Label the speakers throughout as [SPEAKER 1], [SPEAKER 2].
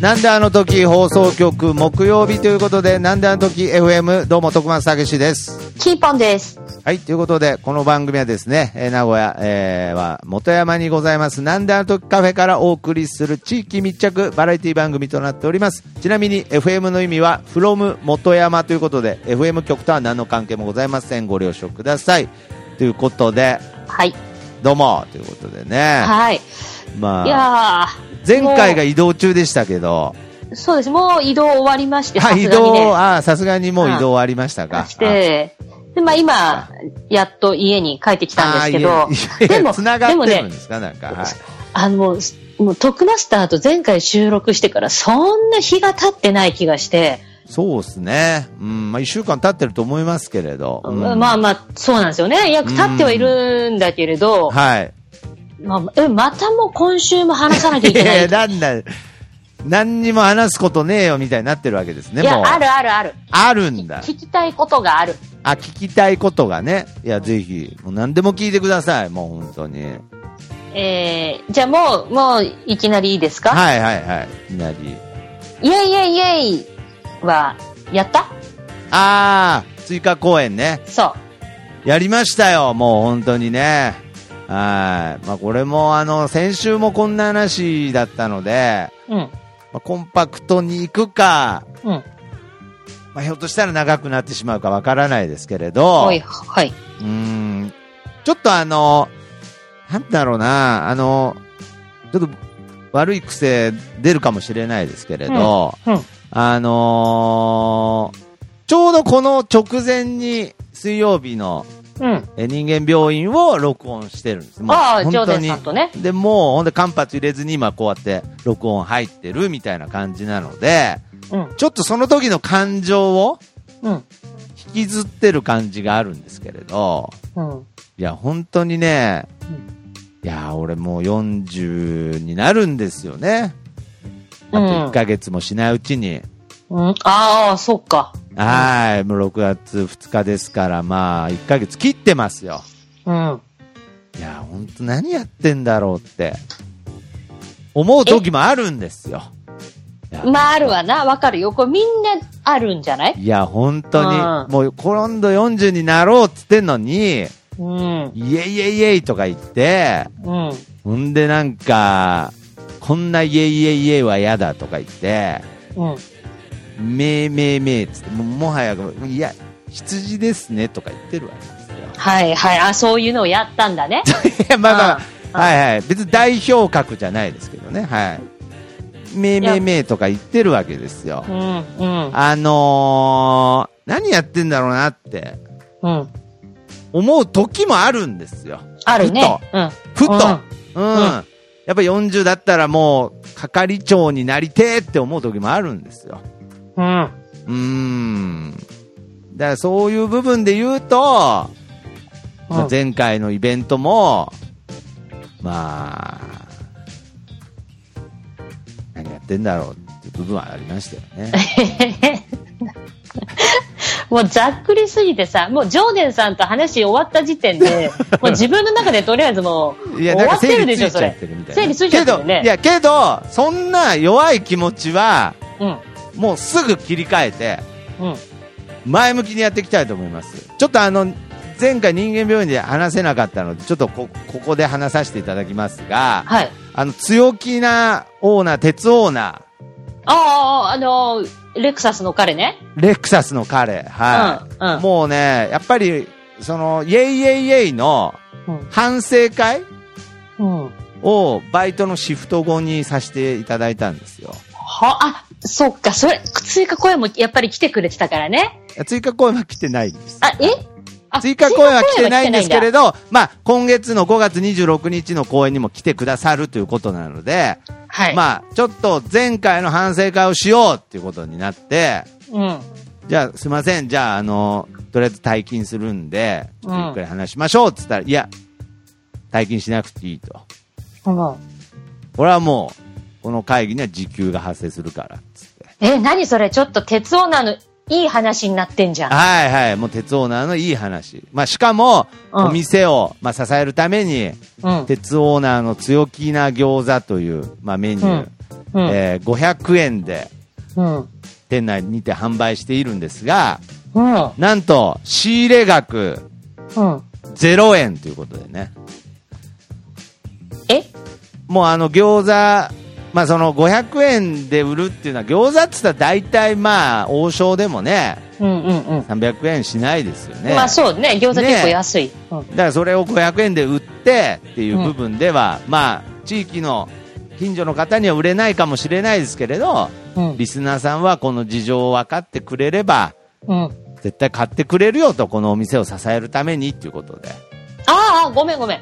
[SPEAKER 1] なんであの時放送局木曜日ということで、なんであの時 FM、どうも徳松たけしです。
[SPEAKER 2] キーポンです。
[SPEAKER 1] はい、ということで、この番組はですね、えー名古屋、えーは元山にございます、なんであの時カフェからお送りする地域密着バラエティ番組となっております。ちなみに FM の意味は、from 元山ということで、FM 局とは何の関係もございません。ご了承ください。ということで、
[SPEAKER 2] はい。
[SPEAKER 1] どうも、ということでね。
[SPEAKER 2] はい。
[SPEAKER 1] ま
[SPEAKER 2] い
[SPEAKER 1] あ、
[SPEAKER 2] や
[SPEAKER 1] 前回が移動中でしたけど、
[SPEAKER 2] ー、そうです。もう移動終わりまして、さ
[SPEAKER 1] あ、
[SPEAKER 2] す
[SPEAKER 1] 移
[SPEAKER 2] がに
[SPEAKER 1] 動、
[SPEAKER 2] ね。
[SPEAKER 1] あ、さすがにもう移動ありましたか。
[SPEAKER 2] して、で、まあ今、やっと家に帰ってきたんですけど
[SPEAKER 1] あー、いえいえ
[SPEAKER 2] でも、
[SPEAKER 1] 繋
[SPEAKER 2] で
[SPEAKER 1] が
[SPEAKER 2] も
[SPEAKER 1] ってるん
[SPEAKER 2] ね
[SPEAKER 1] で、すか、なんか。はい
[SPEAKER 2] あの、もう、もう徳マスターと前回収録してから、そんな日が経ってない気がして、
[SPEAKER 1] そうですね。うん、まあ、一週間経ってると思いますけれど。うん
[SPEAKER 2] まあまあ、そうなんですよね。約経ってはいるんだけれど、
[SPEAKER 1] はい。
[SPEAKER 2] まあ、え、またもう今週も話さなきゃい
[SPEAKER 1] い
[SPEAKER 2] け
[SPEAKER 1] や
[SPEAKER 2] ないい。
[SPEAKER 1] や、なんだ、何にも話すことねえよ、みた いになってるわけですね、
[SPEAKER 2] い
[SPEAKER 1] もう。
[SPEAKER 2] や、あるあるある。
[SPEAKER 1] あるんだ。
[SPEAKER 2] 聞きたいことがある。
[SPEAKER 1] あ、聞きたいことがね。いや、ぜひ、もう何でも聞いてください、もう本当に。
[SPEAKER 2] えー、じゃあもう、もう、いきなりいいですか
[SPEAKER 1] はいはいはい。いきなり。
[SPEAKER 2] イエイイエイイエイは、やった
[SPEAKER 1] あー、追加公演ね。
[SPEAKER 2] そ
[SPEAKER 1] やりましたよ、もう本当にね。はい。まあ、これも、あの、先週もこんな話だったので、
[SPEAKER 2] う。うん。
[SPEAKER 1] まあ、コンパクトに行くか、
[SPEAKER 2] うん。
[SPEAKER 1] まあ、ひょっとしたら長くなってしまうかわからないですけれど、
[SPEAKER 2] はいうはい。
[SPEAKER 1] ーん、ちょっとあの、なんだろうな、あの、ちょっと悪い癖出るかもしれないですけれど、
[SPEAKER 2] うん。
[SPEAKER 1] あのーちょうどこの直前に水曜日の
[SPEAKER 2] うん。
[SPEAKER 1] え人間病院を録音してるんです。もう
[SPEAKER 2] ああ、
[SPEAKER 1] 本
[SPEAKER 2] ジョー
[SPEAKER 1] 当
[SPEAKER 2] デン
[SPEAKER 1] に
[SPEAKER 2] さんとね。
[SPEAKER 1] で、もう、ほんで、間髪入れずに今こうやって録音入ってるみたいな感じなので、
[SPEAKER 2] うん。
[SPEAKER 1] ちょっとその時の感情を
[SPEAKER 2] うん。
[SPEAKER 1] 引きずってる感じがあるんですけれど、
[SPEAKER 2] うん。
[SPEAKER 1] いや、本当にね
[SPEAKER 2] う、
[SPEAKER 1] いや、俺もう40になるんですよね。あと1ヶ月もしないうちに。
[SPEAKER 2] うん。ああ、そっか。
[SPEAKER 1] はい、もう6月2日ですから、まあ、1ヶ月切ってますよ。
[SPEAKER 2] うん。
[SPEAKER 1] いや、本当何やってんだろうって、思う時もあるんですよ。
[SPEAKER 2] まあ、あるわな。わかるよ。これみんなあるんじゃない
[SPEAKER 1] いや、本当
[SPEAKER 2] う
[SPEAKER 1] に、
[SPEAKER 2] ん
[SPEAKER 1] もう今度40になろうっつってんのに、
[SPEAKER 2] うん。うん。
[SPEAKER 1] イエイエイエイとか言って、
[SPEAKER 2] うん。
[SPEAKER 1] ほんでなんか、こんなイエイエイエイは嫌だとか言って、めーめーめーっつって、もうもはや、いや、羊ですねとか言ってるわけですよ。
[SPEAKER 2] はいはい。あ、そういうのをやったんだ ね。
[SPEAKER 1] いや、まあまあ、
[SPEAKER 2] うん
[SPEAKER 1] はいはい。別に代表格じゃないですけどね、はい。めーめーめーとか言ってるわけですよ
[SPEAKER 2] う。ん。うん。
[SPEAKER 1] あのー、何やってんだろうなって
[SPEAKER 2] うん。
[SPEAKER 1] 思う時もあるんですよ。
[SPEAKER 2] あるね
[SPEAKER 1] ふと。
[SPEAKER 2] うん。
[SPEAKER 1] ふと、
[SPEAKER 2] う
[SPEAKER 1] うんん、やっぱ40だったらもう、係長になりてーって思う時もあるんですよ。
[SPEAKER 2] うん。
[SPEAKER 1] うーん。だからそういう部分で言うと、
[SPEAKER 2] うん
[SPEAKER 1] まあ前回のイベントも、まあ、何やってんだろうっていう部分はありましたよね。
[SPEAKER 2] もうざっくりすぎてさ、もうジョーデンさんと話終わった時点 で、もう自分の中でとりあえずもう、
[SPEAKER 1] い
[SPEAKER 2] 終
[SPEAKER 1] や、なん
[SPEAKER 2] わ
[SPEAKER 1] か
[SPEAKER 2] って
[SPEAKER 1] 整
[SPEAKER 2] るで
[SPEAKER 1] 理つい
[SPEAKER 2] しょ、そ
[SPEAKER 1] ちゃっ
[SPEAKER 2] れ
[SPEAKER 1] てるみた。いな。
[SPEAKER 2] 整理ついちゃってる
[SPEAKER 1] け
[SPEAKER 2] よ
[SPEAKER 1] ど、い
[SPEAKER 2] ね。
[SPEAKER 1] や、けど、そんな弱い気持ちは、
[SPEAKER 2] うん、
[SPEAKER 1] もうすぐ切り替えて、
[SPEAKER 2] うん、
[SPEAKER 1] 前向きにやっていきたいと思います。ちょっとあの、前回人間病院で話せなかったので、ちょっとこ、ここで話させていただきますが、
[SPEAKER 2] はい。
[SPEAKER 1] あの、強気なオーナー、鉄オーナ
[SPEAKER 2] ああ、あの、レクサスの彼ね。
[SPEAKER 1] ー、レクサスの彼、はい。
[SPEAKER 2] うん、うん。
[SPEAKER 1] もうね、やっぱり、その、イェイイェイイェイの
[SPEAKER 2] うん
[SPEAKER 1] 反省会
[SPEAKER 2] うん。
[SPEAKER 1] をバイトのシフト後にさせていただいたんですよ。
[SPEAKER 2] は、あ、そっか、それ、追加声もやっぱり来てくれてたからね。
[SPEAKER 1] 追加公演は来てないです。
[SPEAKER 2] あ、えあ
[SPEAKER 1] 追加公演は来てないんですけれど、まあ、今月の5月26日の公演にも来てくださるということなので、
[SPEAKER 2] はい。
[SPEAKER 1] まあ、ちょっと前回の反省会をしようっていうことになって、
[SPEAKER 2] うん。
[SPEAKER 1] じゃあ、すいません、じゃあ、あの、とりあえず退勤するんで、
[SPEAKER 2] うん
[SPEAKER 1] ゆっくり話しましょうって言ったら、いや、退勤しなくていいと。
[SPEAKER 2] うん。
[SPEAKER 1] これはもう、この会議には時給が発生するから、っつって。
[SPEAKER 2] え、何それちょっと鉄オーナーのいい話になってんじゃん。
[SPEAKER 1] はいはい、もう鉄オーナーのいい話。まあ、しかも、
[SPEAKER 2] うん
[SPEAKER 1] お店を、まあ、支えるために、
[SPEAKER 2] うん。
[SPEAKER 1] 鉄オーナーの強気な餃子という、まあ、メニュー、
[SPEAKER 2] うん。
[SPEAKER 1] えー500円で
[SPEAKER 2] うん。
[SPEAKER 1] 店内にて販売しているんですが、
[SPEAKER 2] うん。
[SPEAKER 1] なんと、仕入れ額
[SPEAKER 2] うん。
[SPEAKER 1] 0円ということでね。
[SPEAKER 2] え
[SPEAKER 1] もうあの餃子、まあその500円で売るっていうのは、餃子っつったら大体まあ、王将でもね、
[SPEAKER 2] うんうんうん。
[SPEAKER 1] 300円しないですよね。
[SPEAKER 2] まあそうね、餃子結構安い。うん。
[SPEAKER 1] だからそれを500円で売ってっていう部分では、まあ、地域の近所の方には売れないかもしれないですけれど、
[SPEAKER 2] うん。
[SPEAKER 1] リスナーさんはこの事情を分かってくれれば、
[SPEAKER 2] うん。
[SPEAKER 1] 絶対買ってくれるよと、このお店を支えるためにっていうことで。
[SPEAKER 2] ああ、ごめんごめん。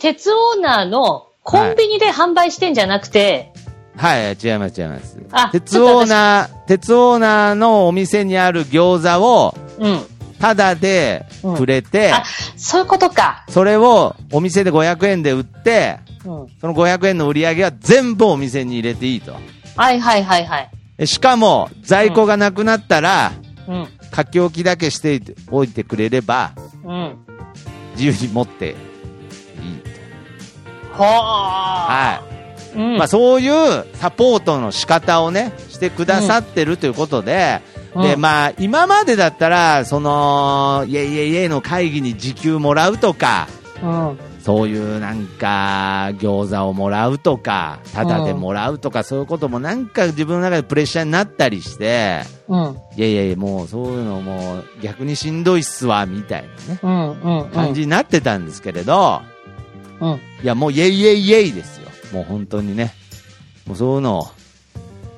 [SPEAKER 2] 鉄オーナーのコンビニで販売してんじゃなくて、
[SPEAKER 1] はい、違います、違います
[SPEAKER 2] あ。
[SPEAKER 1] 鉄オーナー、鉄オーナーのお店にある餃子を、
[SPEAKER 2] うん。
[SPEAKER 1] ただでくれて、
[SPEAKER 2] あ、そういうことか。
[SPEAKER 1] それをお店で500円で売って、
[SPEAKER 2] うん。
[SPEAKER 1] その500円の売り上げは全部お店に入れていいと。
[SPEAKER 2] はいはいはいはい。
[SPEAKER 1] えしかも、在庫がなくなったら、
[SPEAKER 2] うん。
[SPEAKER 1] 書き置きだけしておいてくれれば、
[SPEAKER 2] うん。
[SPEAKER 1] 自由に持っていいと。
[SPEAKER 2] ほー。は
[SPEAKER 1] はい。
[SPEAKER 2] い。うん。
[SPEAKER 1] まあ、そういうサポートの仕方をね、してくださってるということで、
[SPEAKER 2] うん
[SPEAKER 1] で、
[SPEAKER 2] うん
[SPEAKER 1] まあ、今までだったら、その、いえいえいえの会議に時給もらうとか、
[SPEAKER 2] うん。
[SPEAKER 1] そういうなんか、餃子をもらうとか、タダでもらうとか、そういうこともなんか自分の中でプレッシャーになったりして、
[SPEAKER 2] うん。
[SPEAKER 1] いやいやいや、もうそういうのもう逆にしんどいっすわ、みたいなね、
[SPEAKER 2] うん。うん。うん。
[SPEAKER 1] 感じになってたんですけれど、
[SPEAKER 2] うん。
[SPEAKER 1] いや、もうイェイイェイイェイですよ。もう本当にね。もうそういうのを、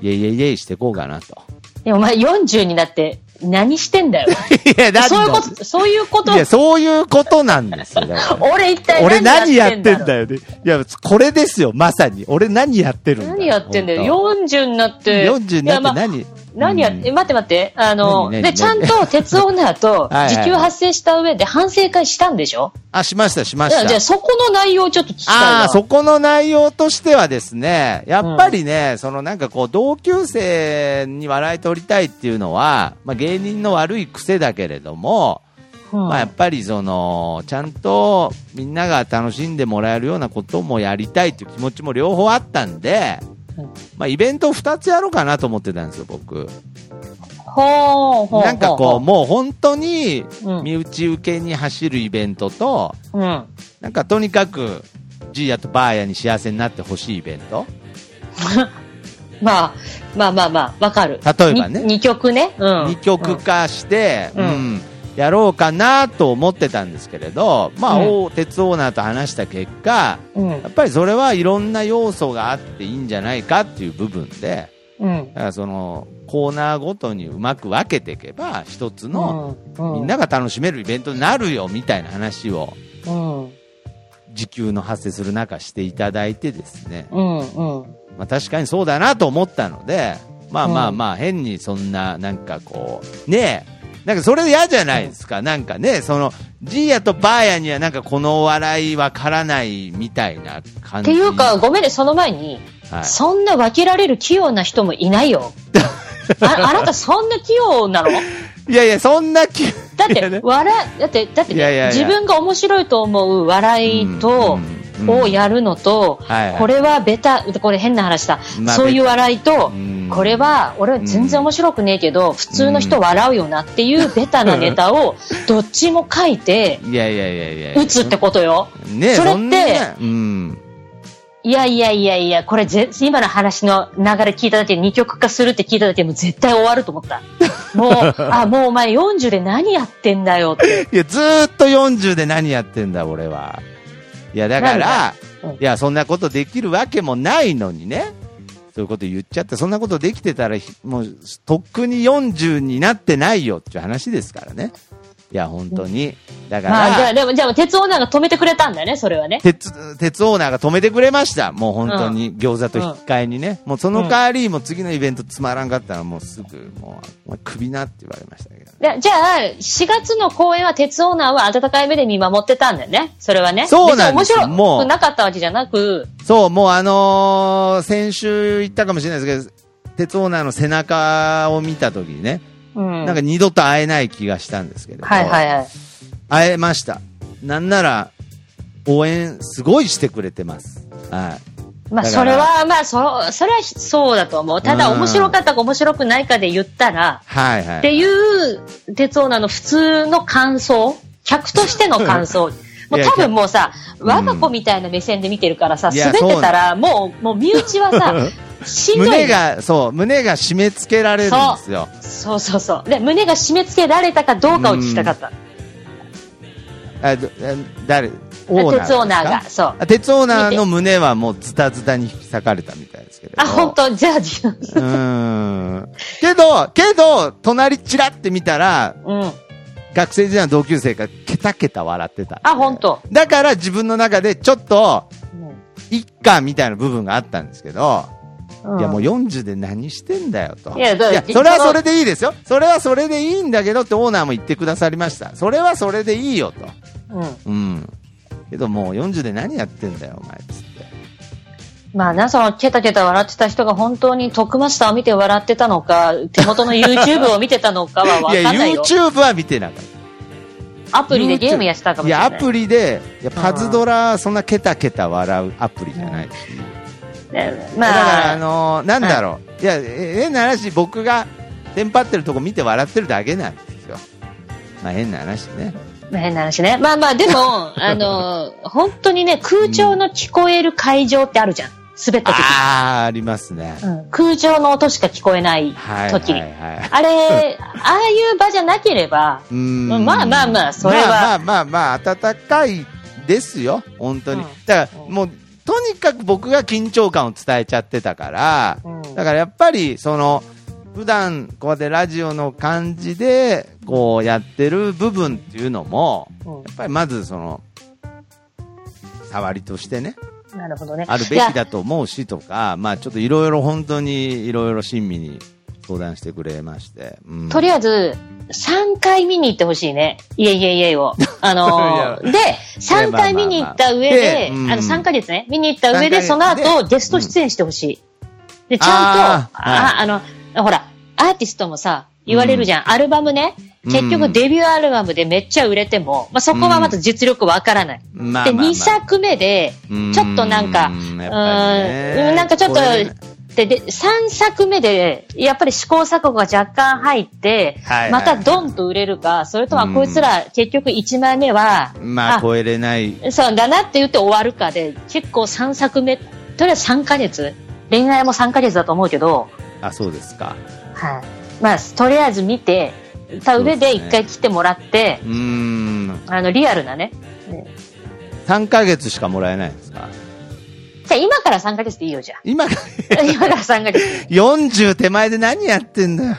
[SPEAKER 1] イェイイェイイェイしていこうかなと。
[SPEAKER 2] いや、お前40になって何して んだよ。
[SPEAKER 1] いや、だって
[SPEAKER 2] そういうこと、そういうこと
[SPEAKER 1] い、や、そういうことなんですよ。だから
[SPEAKER 2] 俺一体
[SPEAKER 1] 俺何やっ
[SPEAKER 2] や
[SPEAKER 1] て
[SPEAKER 2] って
[SPEAKER 1] ん
[SPEAKER 2] ん
[SPEAKER 1] だ
[SPEAKER 2] だ
[SPEAKER 1] よね。いや、これですよ、まさに。俺何やってるんだ
[SPEAKER 2] 何やってんだよ。
[SPEAKER 1] 本
[SPEAKER 2] 40になっ
[SPEAKER 1] 当
[SPEAKER 2] て。
[SPEAKER 1] 40に
[SPEAKER 2] い
[SPEAKER 1] なっ
[SPEAKER 2] や
[SPEAKER 1] て
[SPEAKER 2] まあ
[SPEAKER 1] 何、
[SPEAKER 2] 何や、
[SPEAKER 1] うん
[SPEAKER 2] え待って待って、あの、
[SPEAKER 1] 何何
[SPEAKER 2] で、ちゃんと鉄オーナーと
[SPEAKER 1] はいはい
[SPEAKER 2] 時給発生した上で反省会したんでしょ
[SPEAKER 1] あ、しました、しま
[SPEAKER 2] じゃ
[SPEAKER 1] し
[SPEAKER 2] あ、
[SPEAKER 1] た
[SPEAKER 2] じゃ。あそこの内容をちょっと聞きたいわ。
[SPEAKER 1] ああ、そこの内容としてはですね、やっぱりね、そのなんかこう、同級生に笑い取りたいっていうのは、まあ芸人の悪い癖だけれども、
[SPEAKER 2] うん
[SPEAKER 1] まあやっぱりその、ちゃんとみんなが楽しんでもらえるようなこともやりたいっていう気持ちも両方あったんで、
[SPEAKER 2] うん
[SPEAKER 1] まあイベント2つやろうかなと思ってたんですよ、僕。
[SPEAKER 2] ほうほう。
[SPEAKER 1] なんかこう、
[SPEAKER 2] ほ
[SPEAKER 1] もう本当に
[SPEAKER 2] うん
[SPEAKER 1] 身内受けに走るイベントと、
[SPEAKER 2] う、うん。
[SPEAKER 1] なんかとにかく、ジーヤとバーヤに幸せになってほしいイベント。
[SPEAKER 2] まあ、まあまあまあ、わかる。
[SPEAKER 1] 例えばね
[SPEAKER 2] 2曲ね。うん。
[SPEAKER 1] 二極化して、う
[SPEAKER 2] うんん
[SPEAKER 1] やろうかなと思ってたんですけれど、まあ、
[SPEAKER 2] うん
[SPEAKER 1] お鉄オーナーと話した結果、
[SPEAKER 2] うん。う
[SPEAKER 1] や
[SPEAKER 2] ん。
[SPEAKER 1] っぱりそれはいろんな要素があっていいんじゃないかっていう部分で、
[SPEAKER 2] うん。
[SPEAKER 1] だからそのコーナーごとにうまく分けていけば、一つの
[SPEAKER 2] うん
[SPEAKER 1] みんなが楽しめるイベントになるよみたいな話を、
[SPEAKER 2] うん。うん。
[SPEAKER 1] 時給の発生する中していただいてですね、
[SPEAKER 2] うん。
[SPEAKER 1] まあ、確かにそうだなと思ったので、まあまあ
[SPEAKER 2] うん
[SPEAKER 1] まあ、変にそんな、なんかこう、ねえ、なんかそれ嫌じゃないですか、なんかね、その、ジーヤとバーヤにはなんかこのお笑いわからないみたいな感
[SPEAKER 2] っ
[SPEAKER 1] じ。
[SPEAKER 2] ていうか、、ごめんね、その前に、
[SPEAKER 1] はい、
[SPEAKER 2] そんな分けられる器用な人もいな いよ。ああなたそんな器用なの
[SPEAKER 1] いやいや、そんな気、
[SPEAKER 2] だっ
[SPEAKER 1] いやね
[SPEAKER 2] て、笑い、だって、だってね、
[SPEAKER 1] いやいやいや
[SPEAKER 2] 自分が面白いと思う笑いと、
[SPEAKER 1] うんうんうん
[SPEAKER 2] をやるのと、
[SPEAKER 1] はいはい
[SPEAKER 2] これはベタ、これ変な話だ、
[SPEAKER 1] まあ
[SPEAKER 2] そういう笑いと、
[SPEAKER 1] うん
[SPEAKER 2] これは俺は全然面白くねえけど、普通の人笑うよなっていうベタなネタを、どっちも書いて、
[SPEAKER 1] いやいやいやいやいや。
[SPEAKER 2] 打つってことよ。
[SPEAKER 1] ねえ、
[SPEAKER 2] それっ
[SPEAKER 1] そ
[SPEAKER 2] て
[SPEAKER 1] んなね、うん。
[SPEAKER 2] いやいやいやいや、これぜ、今の話の流れ聞いただけで、二極化するって聞いただけでもう絶対終わると思った。もう、 あ、もうお前40で何やってんだよって。
[SPEAKER 1] いや、ずーっと40で何やってんだ、俺は。いや、だから、
[SPEAKER 2] なんだうん
[SPEAKER 1] いや、そんなことできるわけもないのにね。そういうこと言っちゃって、そんなことできてたら、ひもう、とっくに40になってないよっていう話ですからね。いや、本当に。だから、
[SPEAKER 2] まあ、じゃあ、でも、じゃあ、鉄オーナーが止めてくれたんだね、それはね。
[SPEAKER 1] 鉄、鉄オーナーが止めてくれました。もう本当に餃子と引き換えにね。もうその代わり、もう次のイベントつまらんかったら、もうすぐ、もう、お前首なって言われましたけど、ね。
[SPEAKER 2] でじゃあ、4月の公演は鉄オーナーは温かい目で見守ってたんだよね。それはね。
[SPEAKER 1] そうなんです
[SPEAKER 2] 別に面
[SPEAKER 1] も
[SPEAKER 2] 白
[SPEAKER 1] う
[SPEAKER 2] くなかったわけじゃなく、
[SPEAKER 1] そう、もうあのー先週言ったかもしれないですけど、鉄オーナーの背中を見た時にね、
[SPEAKER 2] うん。
[SPEAKER 1] なんか二度と会えない気がしたんですけど。
[SPEAKER 2] はいはいはい。
[SPEAKER 1] 会えました。なんなら、応援すごいしてくれてます。はい。
[SPEAKER 2] ま
[SPEAKER 1] だか
[SPEAKER 2] あ、
[SPEAKER 1] ら
[SPEAKER 2] それは、まあ、そ、それはそうだと思う。ただ、
[SPEAKER 1] うん
[SPEAKER 2] 面白かったか面白くないかで言ったら、
[SPEAKER 1] はいはい。
[SPEAKER 2] っていう、鉄オーナーの普通の感想、客としての感想。もう多分もうさ、
[SPEAKER 1] ん
[SPEAKER 2] 我が子みたいな目線で見てるからさ、
[SPEAKER 1] いや
[SPEAKER 2] 滑ってたら、もう、もう身内はさ、しんどいの。
[SPEAKER 1] 胸が、そう、胸が締め付けられるんですよ。
[SPEAKER 2] そうそうそう。で、胸が締め付けられたかどうかを聞きたかった。
[SPEAKER 1] あどえ誰
[SPEAKER 2] オーナーですか鉄オーナーが
[SPEAKER 1] です
[SPEAKER 2] そう
[SPEAKER 1] かあ鉄オーナーの胸はもうズタズタに引き裂かれたみたいですけれど
[SPEAKER 2] あ、本当じゃあ、じゃあ
[SPEAKER 1] うーんけどけど隣ちらって見たら
[SPEAKER 2] うん。
[SPEAKER 1] 学生時代の同級生がケタケタ笑ってた
[SPEAKER 2] あ、本当
[SPEAKER 1] だから自分の中でちょっと
[SPEAKER 2] うん
[SPEAKER 1] 一貫みたいな部分があったんですけど、
[SPEAKER 2] うん
[SPEAKER 1] いやもう40で何してんだよと
[SPEAKER 2] いやだから
[SPEAKER 1] それはそれでいいですよそれはそれでいいんだけどってオーナーも言ってくださりましたそれはそれでいいよと
[SPEAKER 2] うん。
[SPEAKER 1] うん。けどもう40で何やってんだよ、お前っつって。
[SPEAKER 2] まあな、その、ケタケタ笑ってた人が本当にトックマスターを見て笑ってたのか、手元の YouTube を見てたのかは わ
[SPEAKER 1] い
[SPEAKER 2] か
[SPEAKER 1] や、
[SPEAKER 2] んないよ。
[SPEAKER 1] YouTube は見てなかった。
[SPEAKER 2] アプリでゲームやってたかも
[SPEAKER 1] い
[SPEAKER 2] しれ
[SPEAKER 1] や、
[SPEAKER 2] な
[SPEAKER 1] ア
[SPEAKER 2] い。
[SPEAKER 1] プリで、いやパズドラ、そんなケタケタ笑うアプリじゃないし。
[SPEAKER 2] ね
[SPEAKER 1] だから、
[SPEAKER 2] ま
[SPEAKER 1] あ
[SPEAKER 2] あ、
[SPEAKER 1] のーなんだろう。いや、え変な話、僕がテンパってるとこ見て笑ってるだけなんですよ。まあ変な話ね。
[SPEAKER 2] まあ変な話ね。まあまあ、で も、あの、本当にね、空調の聞こえる会場ってあるじゃん。滑った時
[SPEAKER 1] あー、ありますね。
[SPEAKER 2] に。うん空調の音しか聞こえない
[SPEAKER 1] はい、は
[SPEAKER 2] 時
[SPEAKER 1] い、
[SPEAKER 2] に。
[SPEAKER 1] はい。
[SPEAKER 2] あれ、ああいう場じゃなければ、
[SPEAKER 1] うん
[SPEAKER 2] まあまあまあそれは
[SPEAKER 1] まあまあまあまあ暖かいですよ本当に、
[SPEAKER 2] うん
[SPEAKER 1] だからもうとにかく僕が緊張感を伝えちゃってたから、
[SPEAKER 2] うん
[SPEAKER 1] だからやっぱりその普段こうやってラジオの感じでこうやってる部分っていうのも
[SPEAKER 2] うん
[SPEAKER 1] やっぱりまずその触りとしてね
[SPEAKER 2] なるほどね。
[SPEAKER 1] あるべきだと思うしとかまあちょっといろいろ本当にいろいろ親身に相談してくれまして、うん
[SPEAKER 2] とりあえず、3回見に行ってほしいね。いえいえい えを。あのーで、3回見に行った上
[SPEAKER 1] い
[SPEAKER 2] で、あ
[SPEAKER 1] やまあまあまあ
[SPEAKER 2] の、
[SPEAKER 1] でうん
[SPEAKER 2] 3ヶ月ね、見に行った上で、そ
[SPEAKER 1] 三
[SPEAKER 2] の
[SPEAKER 1] ヶ月で
[SPEAKER 2] 後、ゲスト出演してほしい。で、ちゃんと、あ
[SPEAKER 1] あーは
[SPEAKER 2] あの、ほら、アーティストもさ、言われるじゃん。アルバムね。結
[SPEAKER 1] う
[SPEAKER 2] 局
[SPEAKER 1] ん
[SPEAKER 2] デビューアルバムでめっちゃ売れても、まあ、そこはまた実力わからない。
[SPEAKER 1] まあまあ
[SPEAKER 2] で、
[SPEAKER 1] まあ
[SPEAKER 2] 2作目で、ちょっとなんか、う
[SPEAKER 1] うん
[SPEAKER 2] ん、
[SPEAKER 1] やっぱりね
[SPEAKER 2] なんかちょっ
[SPEAKER 1] こ
[SPEAKER 2] と
[SPEAKER 1] れね、
[SPEAKER 2] で、で、3作目で、やっぱり試行錯誤が若干入って、
[SPEAKER 1] はいはい
[SPEAKER 2] またドンと売れるか、それとは
[SPEAKER 1] うん
[SPEAKER 2] こいつら結局1枚目は、
[SPEAKER 1] まあ超えれない
[SPEAKER 2] そうだなって言って終わるかで、結構3作目、とりあえず3ヶ月、恋愛も3ヶ月だと思うけど、
[SPEAKER 1] あそうですか
[SPEAKER 2] はい。まあ、とりあえず見て、た上で1回来てもらって、
[SPEAKER 1] うーん
[SPEAKER 2] あの、リアルなね。
[SPEAKER 1] 3ヶ月しかもらえないんですか
[SPEAKER 2] じゃあ今から3ヶ月でいいよ、じゃあ
[SPEAKER 1] 今
[SPEAKER 2] 今から3ヶ月。
[SPEAKER 1] 40手前で何やってんだ よ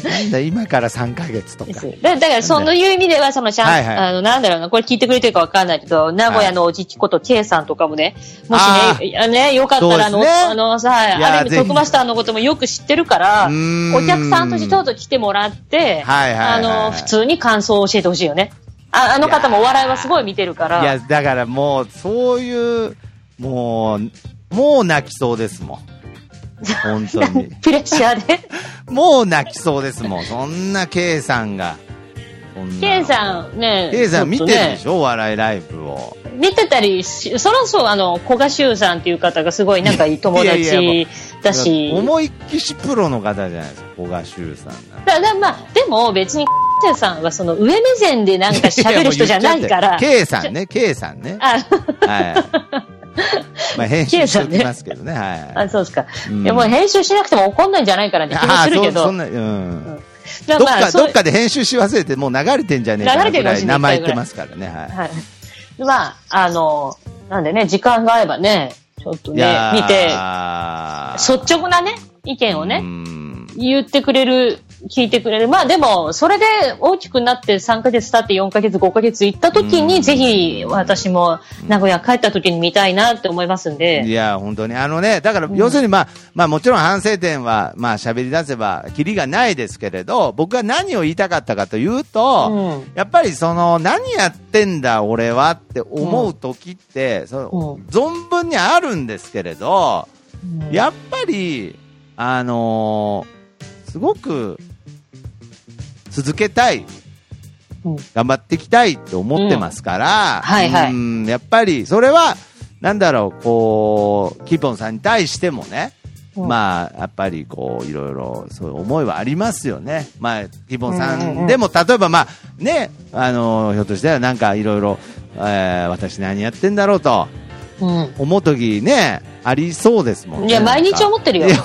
[SPEAKER 1] なんだ今から3ヶ月とか
[SPEAKER 2] ですだだから、そういう意味では、その、シャン、
[SPEAKER 1] はいはい
[SPEAKER 2] あの、なんだろうな、これ聞いてくれてるかわかんないけど、名古屋のおじきこと K さんとかもね、も
[SPEAKER 1] あ
[SPEAKER 2] しね、あね、よかったら、あの、
[SPEAKER 1] そうですね
[SPEAKER 2] あのさ、
[SPEAKER 1] いや
[SPEAKER 2] ある意
[SPEAKER 1] ぜ
[SPEAKER 2] 味、
[SPEAKER 1] ひ
[SPEAKER 2] 徳マスターのこともよく知ってるから、
[SPEAKER 1] うーん
[SPEAKER 2] お客さんとしてとうとう来てもらって、
[SPEAKER 1] はいはいはいはい
[SPEAKER 2] あの、普通に感想を教えてほしいよね。ああの方もお笑いはすごい見てるか
[SPEAKER 1] いや
[SPEAKER 2] ら、
[SPEAKER 1] だからもうそういうもうもう泣きそうですもん本当 に
[SPEAKER 2] プレッシャ ーで。
[SPEAKER 1] もう泣きそうですもんそんな K さんが
[SPEAKER 2] K
[SPEAKER 1] ん
[SPEAKER 2] さんね、
[SPEAKER 1] K さん見てるで
[SPEAKER 2] ょ
[SPEAKER 1] しょ、お笑いライブを
[SPEAKER 2] 見てたりし、そろそろあの、古賀修さんっていう方がすごい仲いい友
[SPEAKER 1] いやいやも
[SPEAKER 2] 達だし。
[SPEAKER 1] 思いっきしプロの方じゃないですか古賀修さんなんて
[SPEAKER 2] だだまあ、でも別に、さんはその上目線でなんか喋る人じゃないから。
[SPEAKER 1] K さんね、K さんね。はい。
[SPEAKER 2] あ、
[SPEAKER 1] まあ、編集しておきますけどね。は
[SPEAKER 2] あ、
[SPEAKER 1] い。
[SPEAKER 2] そうですか。
[SPEAKER 1] うん
[SPEAKER 2] いやもう編集しなくても怒んないんじゃないかなって気も
[SPEAKER 1] ああ
[SPEAKER 2] するけ
[SPEAKER 1] ー、そ
[SPEAKER 2] ど。
[SPEAKER 1] そんな、うん。
[SPEAKER 2] だ
[SPEAKER 1] どっ
[SPEAKER 2] らま
[SPEAKER 1] か、
[SPEAKER 2] あそう
[SPEAKER 1] どっかで編集し忘れて、もう流れてんじゃねえかな
[SPEAKER 2] 流れて
[SPEAKER 1] ぐ
[SPEAKER 2] るからも
[SPEAKER 1] い
[SPEAKER 2] しれない
[SPEAKER 1] 名前言ってますからね。はい。
[SPEAKER 2] はい。まあ、あの、なんでね、時間があればね、ちょっと
[SPEAKER 1] い
[SPEAKER 2] ね
[SPEAKER 1] や、ー
[SPEAKER 2] 見て、
[SPEAKER 1] あー
[SPEAKER 2] 率直なね、意見を
[SPEAKER 1] う
[SPEAKER 2] ね、
[SPEAKER 1] ん
[SPEAKER 2] 言ってくれる聞いてくれる。まあでも、それで大きくなって3ヶ月経って4ヶ月、5ヶ月行った時に、ぜひ私も名古屋帰った時に見たいなって思いますん
[SPEAKER 1] い
[SPEAKER 2] で。
[SPEAKER 1] や、本当に。あのね、だから、要するに、まあ、まあ、もちろん反省点は、まあ、喋り出せば、キリがないですけれど、僕が何を言いたかったかというと、
[SPEAKER 2] う
[SPEAKER 1] やっぱり、その、何やってんだ、俺はって思う時って、その
[SPEAKER 2] うん
[SPEAKER 1] 存分にあるんですけれど、やっぱり、あのーすごく、続けたい。
[SPEAKER 2] うん
[SPEAKER 1] 頑張っていきたいと思ってますから、
[SPEAKER 2] んはいはい
[SPEAKER 1] うんやっぱり、それは、なんだろう、こう、キーポンさんに対してもね、
[SPEAKER 2] うん
[SPEAKER 1] まあ、やっぱり、こう、いろいろ、そういう思いはありますよね。まあ、キーポンさ
[SPEAKER 2] うんうんうんん
[SPEAKER 1] でも、例えば、まあ、ね、あの、ひょっとしたら、なんか、いろいろ、えー私何やってんだろうと、
[SPEAKER 2] うん。
[SPEAKER 1] 思う時ね、ありそうですもんね。
[SPEAKER 2] いや、毎日思
[SPEAKER 1] っ
[SPEAKER 2] ってるよ。
[SPEAKER 1] い
[SPEAKER 2] い
[SPEAKER 1] や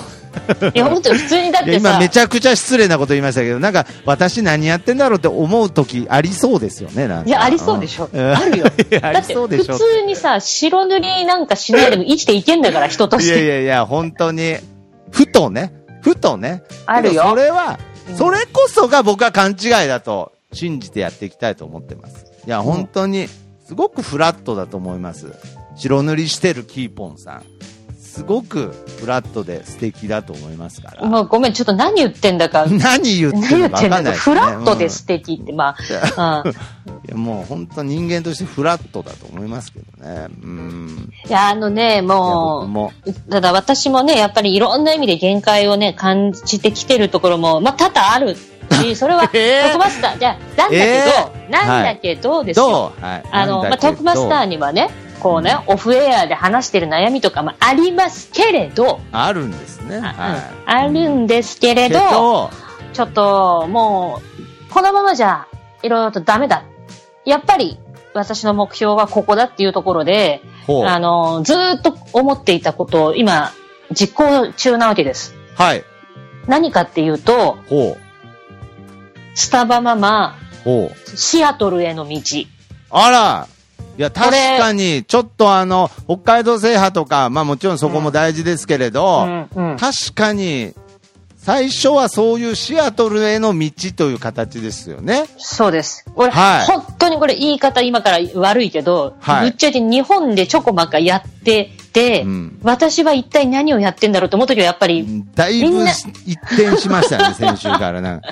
[SPEAKER 2] や、本当に普通にだっ
[SPEAKER 1] いや
[SPEAKER 2] て
[SPEAKER 1] 今
[SPEAKER 2] さ
[SPEAKER 1] め、ちゃくちゃ失礼なこと言いましたけど、なんか私何やってんだろうって思う時ありそうですよね、なんか
[SPEAKER 2] いや、ありそうでしょ。
[SPEAKER 1] うん
[SPEAKER 2] あるよ。
[SPEAKER 1] いやあ
[SPEAKER 2] だ
[SPEAKER 1] り
[SPEAKER 2] って、
[SPEAKER 1] そう
[SPEAKER 2] 普
[SPEAKER 1] でしょ。
[SPEAKER 2] 通にさ、白塗りなんかしないでも生きていけんだから、人と
[SPEAKER 1] い
[SPEAKER 2] し
[SPEAKER 1] やい
[SPEAKER 2] て。
[SPEAKER 1] やいや、本当に。ふとね。ふとね。
[SPEAKER 2] ある
[SPEAKER 1] けどそ
[SPEAKER 2] よ。
[SPEAKER 1] れは
[SPEAKER 2] う、ん
[SPEAKER 1] それこそが僕は勘違いだと信じてやっていきたいと思ってます。いや、本当に、すごくフラットだと思います。白塗りしてるキーポンさん。すごくフラットで素敵だと思いますから。
[SPEAKER 2] もうごめん、ちょっと何言ってんだか。
[SPEAKER 1] 何言ってる
[SPEAKER 2] 何言
[SPEAKER 1] の
[SPEAKER 2] っ
[SPEAKER 1] か分
[SPEAKER 2] てん
[SPEAKER 1] か
[SPEAKER 2] だ
[SPEAKER 1] んないで
[SPEAKER 2] か。
[SPEAKER 1] すね、
[SPEAKER 2] フラットで素敵って、まあ。う
[SPEAKER 1] う
[SPEAKER 2] ん
[SPEAKER 1] ん。いやもう本当人間としてフラットだと思いますけどね。うん。
[SPEAKER 2] いや、あのね、
[SPEAKER 1] いや僕
[SPEAKER 2] も
[SPEAKER 1] も。、
[SPEAKER 2] う、ただ私もね、やっぱりいろんな意味で限界をね、感じてきてるところも、まあ、多々あるし、それは
[SPEAKER 1] えー
[SPEAKER 2] トップマスター、じゃあなんだけど、
[SPEAKER 1] えー
[SPEAKER 2] なんだけどですよ。
[SPEAKER 1] どうはい。
[SPEAKER 2] あの、
[SPEAKER 1] なん
[SPEAKER 2] ま
[SPEAKER 1] だ
[SPEAKER 2] あ、
[SPEAKER 1] けど
[SPEAKER 2] トップマスターにはね、こうね、オフエアで話してる悩みとかもありますけれど、
[SPEAKER 1] あるんですね。は
[SPEAKER 2] うんあるんですけ
[SPEAKER 1] い。
[SPEAKER 2] れ
[SPEAKER 1] け
[SPEAKER 2] ど、
[SPEAKER 1] ど、
[SPEAKER 2] ちょっと、もう、このままじゃ、いろいろとダメだ。やっぱり、私の目標はここだっていうところで、
[SPEAKER 1] ほう。
[SPEAKER 2] あの、ずーっと思っていたことを今、実行中なわけです。
[SPEAKER 1] はい。
[SPEAKER 2] 何かっていうと、
[SPEAKER 1] ほ
[SPEAKER 2] スタバママ、
[SPEAKER 1] う。ほう。
[SPEAKER 2] シアトルへの道。
[SPEAKER 1] あらいや、確
[SPEAKER 2] これ
[SPEAKER 1] かに、ちょっとあの、北海道制覇とか、まあもちろんそこも大事ですけれ
[SPEAKER 2] う
[SPEAKER 1] ど、
[SPEAKER 2] ん、うん。
[SPEAKER 1] 確かに、最初はそういうシアトルへの道という形ですよね。
[SPEAKER 2] そうです。俺、
[SPEAKER 1] はい
[SPEAKER 2] 本当にこれ言い方今から悪いけど、
[SPEAKER 1] はい
[SPEAKER 2] ぶっちゃけ日本でちょこまかやってて、
[SPEAKER 1] うん
[SPEAKER 2] 私は一体何をやってんだろうと思うときはやっぱり、
[SPEAKER 1] だい
[SPEAKER 2] み
[SPEAKER 1] ぶ
[SPEAKER 2] んな
[SPEAKER 1] 一転しましたよね、先週からなんか。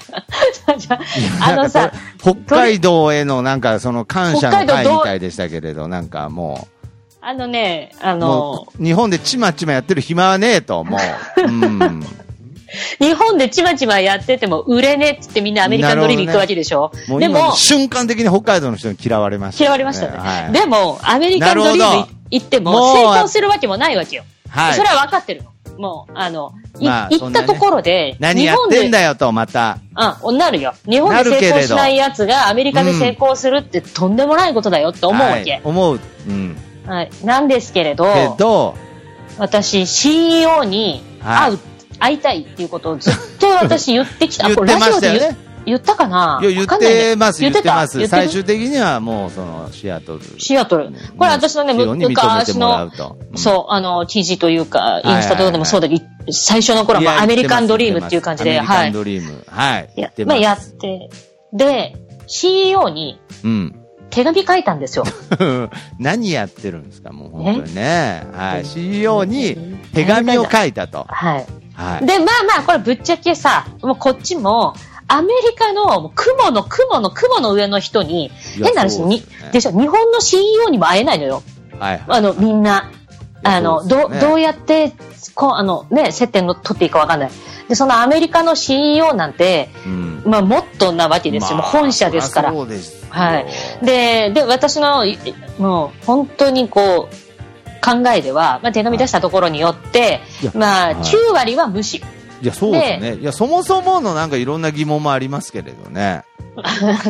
[SPEAKER 2] あの
[SPEAKER 1] なん
[SPEAKER 2] さ
[SPEAKER 1] か、これ北海道へのなんかその感謝の
[SPEAKER 2] 北
[SPEAKER 1] 会
[SPEAKER 2] 海道どう
[SPEAKER 1] みたいでしたけれど、なんかも
[SPEAKER 2] あのね、あ
[SPEAKER 1] う、
[SPEAKER 2] の
[SPEAKER 1] も、う日本でちまちまやってる暇はねえと、もう。う ん。
[SPEAKER 2] 日本でちまちまやってても売れねえっつってみんなアメリカンドリル行くわけでしょ。
[SPEAKER 1] もう
[SPEAKER 2] で
[SPEAKER 1] 今
[SPEAKER 2] も、
[SPEAKER 1] 瞬間的に北海道の人に嫌われました、
[SPEAKER 2] 嫌われましたね。
[SPEAKER 1] はい
[SPEAKER 2] でも、アメリカンドリル
[SPEAKER 1] なるほど
[SPEAKER 2] 行っても
[SPEAKER 1] もう
[SPEAKER 2] 成功するわけもないわけよ。
[SPEAKER 1] はい
[SPEAKER 2] それは分かってるの。もう、あの、い
[SPEAKER 1] まあ
[SPEAKER 2] 行ったところで、
[SPEAKER 1] 何
[SPEAKER 2] 日
[SPEAKER 1] やっ
[SPEAKER 2] 本
[SPEAKER 1] てん
[SPEAKER 2] で、
[SPEAKER 1] だよと、また。
[SPEAKER 2] うん、なるよ。日本で成
[SPEAKER 1] なるけ
[SPEAKER 2] 功
[SPEAKER 1] れ
[SPEAKER 2] し
[SPEAKER 1] ど
[SPEAKER 2] ないやつがアメリカで成功するってとんでもないことだよって思うわ
[SPEAKER 1] はい
[SPEAKER 2] け。
[SPEAKER 1] 思う。うん。
[SPEAKER 2] はい。なんですけれど、
[SPEAKER 1] けど、
[SPEAKER 2] 私、CEO に
[SPEAKER 1] はい
[SPEAKER 2] 会う、会いたいっていうことをずっと私言ってきた。
[SPEAKER 1] 言って
[SPEAKER 2] これラジオで
[SPEAKER 1] ましたよね
[SPEAKER 2] 言う言ったかない
[SPEAKER 1] や、言
[SPEAKER 2] わかんない
[SPEAKER 1] って
[SPEAKER 2] ね
[SPEAKER 1] ます、言
[SPEAKER 2] 言っ
[SPEAKER 1] ってて
[SPEAKER 2] た
[SPEAKER 1] ます。
[SPEAKER 2] 言って
[SPEAKER 1] 最
[SPEAKER 2] る
[SPEAKER 1] 終的にはもう、その、シアトル。
[SPEAKER 2] シアトル。これ私のね、
[SPEAKER 1] む
[SPEAKER 2] む昔の、
[SPEAKER 1] う
[SPEAKER 2] そう、あの、記事というか、
[SPEAKER 1] いはい
[SPEAKER 2] インスタとかでもそうだけど、最初の頃はもうアメリカンドリームっていう感じで、
[SPEAKER 1] アメリ
[SPEAKER 2] は
[SPEAKER 1] カン
[SPEAKER 2] い。
[SPEAKER 1] ドリーム。はい。
[SPEAKER 2] や
[SPEAKER 1] 言
[SPEAKER 2] まあ、
[SPEAKER 1] す
[SPEAKER 2] やって。で、CEO に
[SPEAKER 1] うん。
[SPEAKER 2] 手紙書いた んですよ。
[SPEAKER 1] 何やってるんですか、もう本当にね。はい。CEO に手紙を書いたと。
[SPEAKER 2] はい。
[SPEAKER 1] はい。
[SPEAKER 2] で、まあまあ、これぶっちゃけさ、もうこっちも、アメリカのもう雲の雲の雲の上の人に、
[SPEAKER 1] いや
[SPEAKER 2] 変な話
[SPEAKER 1] そうで
[SPEAKER 2] に
[SPEAKER 1] すよね、
[SPEAKER 2] でしょ、日本の CEO にも会えないのよ。
[SPEAKER 1] はいはい。
[SPEAKER 2] あの、みんな。
[SPEAKER 1] いや
[SPEAKER 2] あの、
[SPEAKER 1] そう
[SPEAKER 2] ど
[SPEAKER 1] ですね
[SPEAKER 2] う、どうやって、こう、あの、ね、接点の取っていいかわかんない。で、そのアメリカの CEO なんて、
[SPEAKER 1] うん。
[SPEAKER 2] まあ、もっとなわけですよ。
[SPEAKER 1] まあ
[SPEAKER 2] もう本社ですから。
[SPEAKER 1] そうですよ。
[SPEAKER 2] はいで、で、私の、いもう、本当にこう、考えでは、まあ、手紙出したところによって
[SPEAKER 1] いや、
[SPEAKER 2] ま
[SPEAKER 1] はい
[SPEAKER 2] あ、9割は無視。
[SPEAKER 1] いや、そうですね。いや、そもそものなんかいろんな疑問もありますけれどね。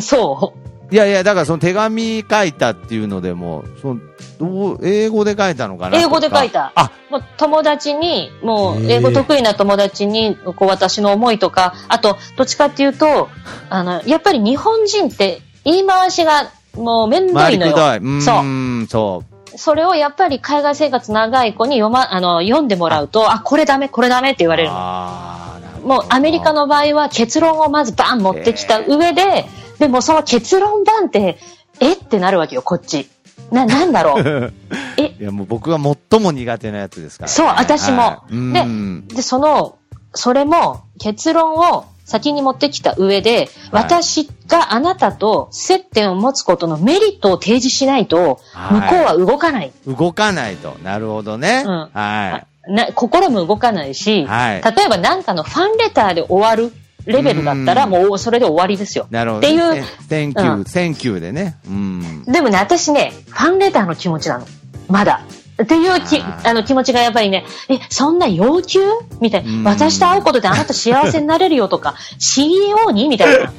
[SPEAKER 2] そ
[SPEAKER 1] いやいや、だからその手紙書いたっていうのでも、その、どう、英語で書いたのかな
[SPEAKER 2] 英語で書いた
[SPEAKER 1] あ、
[SPEAKER 2] う。もう友達に、もう、
[SPEAKER 1] へえ
[SPEAKER 2] 英語得意な友達に、こう、私の思いとか、あと、どっちかっていうと、あの、やっぱり日本人って、言い回しが、もう、めんど
[SPEAKER 1] 周
[SPEAKER 2] い
[SPEAKER 1] り
[SPEAKER 2] の
[SPEAKER 1] く
[SPEAKER 2] よ。
[SPEAKER 1] どい。うーん、そう。
[SPEAKER 2] それをやっぱり海外生活長い子に読ま、あの、読んでもらうと、あ、これダメ、これダメって言われるの。
[SPEAKER 1] あーなる
[SPEAKER 2] もうアメリカの場合は結論をまずバン持ってきた上で、でもその結論バンって、えってなるわけよ、こっち。な、なんだ ろう。え、
[SPEAKER 1] いや、もう僕が最も苦手なやつですから、
[SPEAKER 2] そう、私も
[SPEAKER 1] は。いうん
[SPEAKER 2] で、で、その、それも結論を先に持ってきた上で、
[SPEAKER 1] はい
[SPEAKER 2] 私があなたと接点を持つことのメリットを提示しないと、
[SPEAKER 1] はい
[SPEAKER 2] 向こうは動かない。
[SPEAKER 1] 動かないと。なるほどね。
[SPEAKER 2] うん
[SPEAKER 1] は
[SPEAKER 2] な心も動かないし、
[SPEAKER 1] はい
[SPEAKER 2] 例えば何かのファンレターで終わるレベルだったら、
[SPEAKER 1] うん
[SPEAKER 2] もうそれで終わりですよ。
[SPEAKER 1] い。なるほど。
[SPEAKER 2] っていう、
[SPEAKER 1] センキュー、
[SPEAKER 2] うん
[SPEAKER 1] センキューでね。うん。
[SPEAKER 2] でもね、私ね、ファンレターの気持ちなの。まだ。っていうき
[SPEAKER 1] あ
[SPEAKER 2] あ
[SPEAKER 1] ー
[SPEAKER 2] の気持ちがやっぱりね、え、そんな要求みたい
[SPEAKER 1] うん
[SPEAKER 2] な。私と会うことであなた幸せになれるよとか、CEO にみ たいな。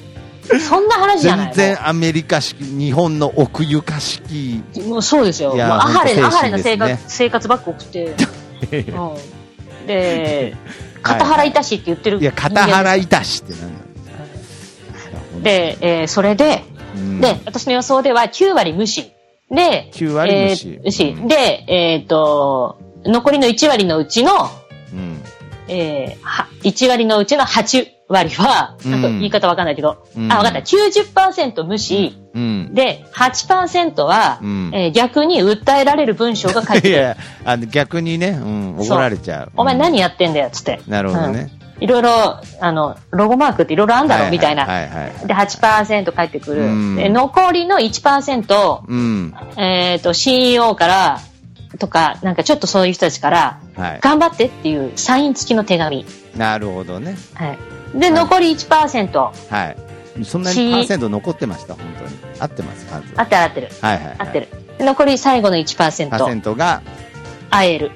[SPEAKER 2] そんな話じゃな
[SPEAKER 1] 全
[SPEAKER 2] い
[SPEAKER 1] 然アメリカ式、日本の奥ゆか式。
[SPEAKER 2] もうもうそうですよ。
[SPEAKER 1] い
[SPEAKER 2] もう
[SPEAKER 1] や
[SPEAKER 2] アハレな、
[SPEAKER 1] 本
[SPEAKER 2] ア
[SPEAKER 1] 当
[SPEAKER 2] ハレな
[SPEAKER 1] 精
[SPEAKER 2] 生
[SPEAKER 1] 神ですね
[SPEAKER 2] 活、生活ばっか送って。 うん、で、肩腹痛しって言ってる。
[SPEAKER 1] いや、肩腹痛しってなんだろう。
[SPEAKER 2] で、えーそれで、
[SPEAKER 1] うん、
[SPEAKER 2] で、私の予想では9割無視。で、
[SPEAKER 1] 9割無視
[SPEAKER 2] えー無視
[SPEAKER 1] うん
[SPEAKER 2] で、えっ、と、残りの1割のうちの、
[SPEAKER 1] うん。
[SPEAKER 2] えーは1割のうちの8割は、
[SPEAKER 1] うん
[SPEAKER 2] なんか言い方わかんないけど、
[SPEAKER 1] うん
[SPEAKER 2] あ、わかった。90%無視。
[SPEAKER 1] うん。
[SPEAKER 2] で、8%は、
[SPEAKER 1] うん
[SPEAKER 2] えー逆に訴えられる文章が書い
[SPEAKER 1] い
[SPEAKER 2] てる。
[SPEAKER 1] や、あの逆にね、うん、怒られちゃう。
[SPEAKER 2] お前
[SPEAKER 1] うん
[SPEAKER 2] 何やってんだよ、つって。
[SPEAKER 1] なるほどね。
[SPEAKER 2] うんいろいろ、あの、ロゴマークっていろいろあんだろ、みたいな。
[SPEAKER 1] はいはいはい。
[SPEAKER 2] で、8%返ってくる。
[SPEAKER 1] うん
[SPEAKER 2] で残りの1%、
[SPEAKER 1] うん。
[SPEAKER 2] えっ、と、CEO から、とか、なんかちょっとそういう人たちから、
[SPEAKER 1] はい。
[SPEAKER 2] 頑張ってっていうサイン付きの手紙。
[SPEAKER 1] なるほどね。
[SPEAKER 2] はい。で、残り1%、
[SPEAKER 1] はい。そんなに
[SPEAKER 2] し
[SPEAKER 1] パーセント残ってました、本当に。合ってます、数。
[SPEAKER 2] 合ってる合ってる。
[SPEAKER 1] はいはい、はい。
[SPEAKER 2] 合ってる。で残り最後の
[SPEAKER 1] パーセ
[SPEAKER 2] 1%、
[SPEAKER 1] ントが、
[SPEAKER 2] 会える。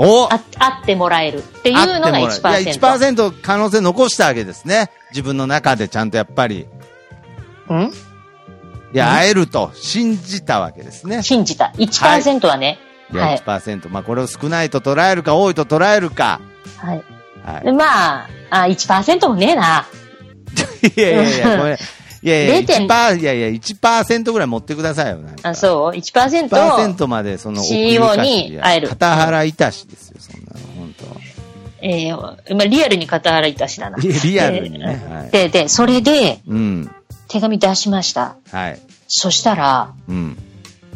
[SPEAKER 1] お
[SPEAKER 2] あ会ってもらえる。っていうのが
[SPEAKER 1] 合ってもらういや、
[SPEAKER 2] 1%。
[SPEAKER 1] 1%可能性残したわけですね。自分の中でちゃんとやっぱり、
[SPEAKER 2] うん
[SPEAKER 1] いや、会えると信じたわけですね。
[SPEAKER 2] 信じた。1%はね。
[SPEAKER 1] いや、
[SPEAKER 2] はい。
[SPEAKER 1] 1%。まあ、これを少ないと捉えるか、多いと捉えるか。
[SPEAKER 2] はい。
[SPEAKER 1] はい
[SPEAKER 2] で。まあ、あ、1%もねえな。
[SPEAKER 1] いやいやいや、これ、いやいや、
[SPEAKER 2] 0点
[SPEAKER 1] 1%パー、いやいや、1%ぐらい持ってくださいよ。なんか
[SPEAKER 2] あそう ?1%?
[SPEAKER 1] 1%までその
[SPEAKER 2] CEO に会える
[SPEAKER 1] 肩腹いたしですよ、そんなの、本当。
[SPEAKER 2] えーまあ、リアルに肩洗いたしだな。
[SPEAKER 1] リリアルにね
[SPEAKER 2] で
[SPEAKER 1] はい
[SPEAKER 2] で、で、それで、
[SPEAKER 1] うん。
[SPEAKER 2] 手紙出しました。
[SPEAKER 1] はい。
[SPEAKER 2] そしたら、
[SPEAKER 1] うん。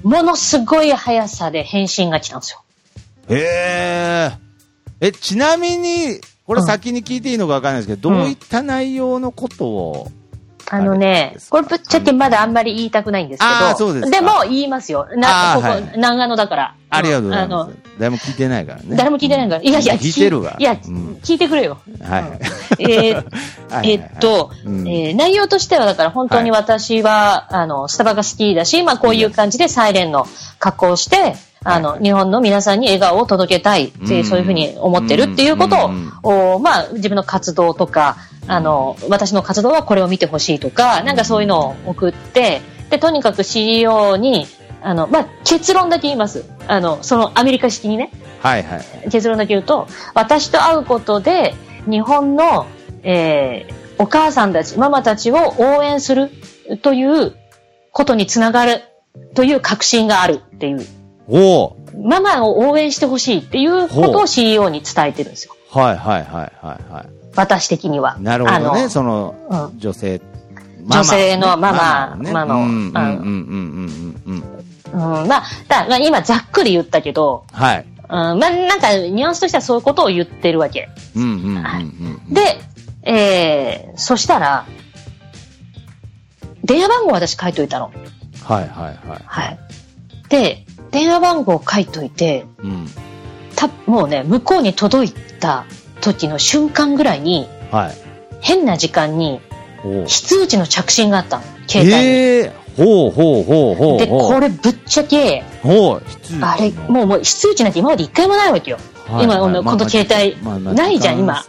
[SPEAKER 2] ものすごい速さで返信が来たんですよ。
[SPEAKER 1] へえ。え、ちなみに、これ先に聞いていいのかわかんないですけど、
[SPEAKER 2] うん
[SPEAKER 1] どういった内容のことを、
[SPEAKER 2] あの
[SPEAKER 1] あれ
[SPEAKER 2] ね
[SPEAKER 1] です、
[SPEAKER 2] こ
[SPEAKER 1] か
[SPEAKER 2] れぶっちゃけまだあんまり言いたくないんですけ
[SPEAKER 1] あー
[SPEAKER 2] ど、
[SPEAKER 1] そうですか
[SPEAKER 2] も言いますよ。
[SPEAKER 1] あ
[SPEAKER 2] な
[SPEAKER 1] ー
[SPEAKER 2] ここ、
[SPEAKER 1] はい
[SPEAKER 2] 長野だから。
[SPEAKER 1] ありがとうござい
[SPEAKER 2] あ
[SPEAKER 1] ま
[SPEAKER 2] の
[SPEAKER 1] す。誰も聞いてないからね。
[SPEAKER 2] 誰も聞いてないから。いやいや、
[SPEAKER 1] 聞いてるわ。
[SPEAKER 2] いや、
[SPEAKER 1] うん
[SPEAKER 2] 聞いてくれよ。
[SPEAKER 1] はい
[SPEAKER 2] えー
[SPEAKER 1] はい
[SPEAKER 2] えっと、
[SPEAKER 1] うん
[SPEAKER 2] えー内容としては、だから本当に私は、あの、スタバが好きだし、まあこういう感じでサイレンの格好をして、あの、
[SPEAKER 1] はい
[SPEAKER 2] 日本の皆さんに笑顔を届けたいって、
[SPEAKER 1] うん
[SPEAKER 2] そういうふうに思ってるっていうことを、
[SPEAKER 1] うん
[SPEAKER 2] おまあ自分の活動とか、あの、私の活動はこれを見てほしいとか、なんかそういうのを送って、で、とにかく CEO に、あの、まあ結論だけ言います。あの、そのアメリカ式にね、
[SPEAKER 1] はいはい。
[SPEAKER 2] 結論だけ言うと私と会うことで日本の、えーお母さんたちママたちを応援するということにつながるという確信があるっていう
[SPEAKER 1] おお
[SPEAKER 2] ママを応援してほしいっていうこ
[SPEAKER 1] ほ
[SPEAKER 2] と
[SPEAKER 1] う
[SPEAKER 2] を CEO に伝えてるんですよ
[SPEAKER 1] はいはいはいはいは。
[SPEAKER 2] 私的にはい
[SPEAKER 1] なるほど
[SPEAKER 2] あ
[SPEAKER 1] ね、
[SPEAKER 2] の
[SPEAKER 1] その、
[SPEAKER 2] うん
[SPEAKER 1] 女性、
[SPEAKER 2] 女性のママ
[SPEAKER 1] ママ
[SPEAKER 2] ママ
[SPEAKER 1] を
[SPEAKER 2] を
[SPEAKER 1] ねうんうん
[SPEAKER 2] あの
[SPEAKER 1] うんうんうんうんうん。
[SPEAKER 2] うんまあ、だまあ今ざっくり言ったけど、
[SPEAKER 1] はい。
[SPEAKER 2] うん、まあなんかニュアンスとしてはそういうことを言ってるわけ
[SPEAKER 1] うんうんうんうん。
[SPEAKER 2] で、えー、そしたら電話番号私書いといたの
[SPEAKER 1] はいはいはい。
[SPEAKER 2] はい。で、電話番号書いといて、
[SPEAKER 1] うん。
[SPEAKER 2] た、もうね、向こうに届いた時の瞬間ぐらいに、
[SPEAKER 1] はい。
[SPEAKER 2] 変な時間に、
[SPEAKER 1] おう
[SPEAKER 2] 非通知の着信があったの。携帯に。
[SPEAKER 1] ええほうほうほうほうほう。
[SPEAKER 2] で、これぶっちゃけ、
[SPEAKER 1] ほう、必
[SPEAKER 2] あれ、もう、もう、非通知なんて今まで一回もないわけよ。今このこの携帯ないじゃん今
[SPEAKER 1] はい、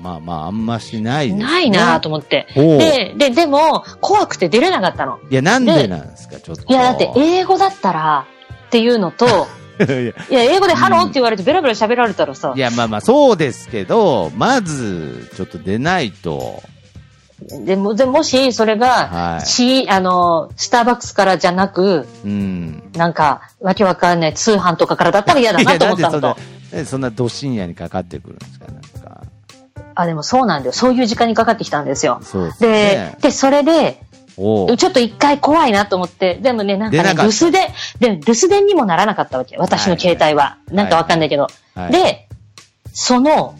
[SPEAKER 1] まあまあ、あんましないですね
[SPEAKER 2] ないなぁと思って。
[SPEAKER 1] ほう
[SPEAKER 2] で、で、でも、怖くて出れなかったの。
[SPEAKER 1] いや、なんでなんですか、ちょっと。
[SPEAKER 2] いや、だって、英語だったら、っていう のと、
[SPEAKER 1] えいや
[SPEAKER 2] いや、英語でハローって言われてベラベラ喋られたらさ
[SPEAKER 1] い、や、まあまあ、そうですけど、まず、ちょっと出ないと。
[SPEAKER 2] でもでもし、それ
[SPEAKER 1] は
[SPEAKER 2] が、
[SPEAKER 1] い
[SPEAKER 2] し、あの、スターバックスからじゃなく、
[SPEAKER 1] うん。
[SPEAKER 2] なんか、わけわかんない通販とかからだったら嫌だ
[SPEAKER 1] いや
[SPEAKER 2] なと思った
[SPEAKER 1] な
[SPEAKER 2] の
[SPEAKER 1] んでそんな
[SPEAKER 2] と。
[SPEAKER 1] なんでそんなど深夜にかかってくるんですか、なんか。
[SPEAKER 2] あ、でもそうなんだよ。そういう時間にかかってきたんですよ。
[SPEAKER 1] そうです
[SPEAKER 2] で
[SPEAKER 1] ね、。
[SPEAKER 2] で、それで、
[SPEAKER 1] おう
[SPEAKER 2] ちょっと一回怖いなと思って、でもね、なんか
[SPEAKER 1] 出なか
[SPEAKER 2] ね、
[SPEAKER 1] った
[SPEAKER 2] 留守電、で、留守電にもならなかったわけ。私の携帯は。
[SPEAKER 1] い
[SPEAKER 2] なんかわかんないけど。
[SPEAKER 1] はい
[SPEAKER 2] で、その、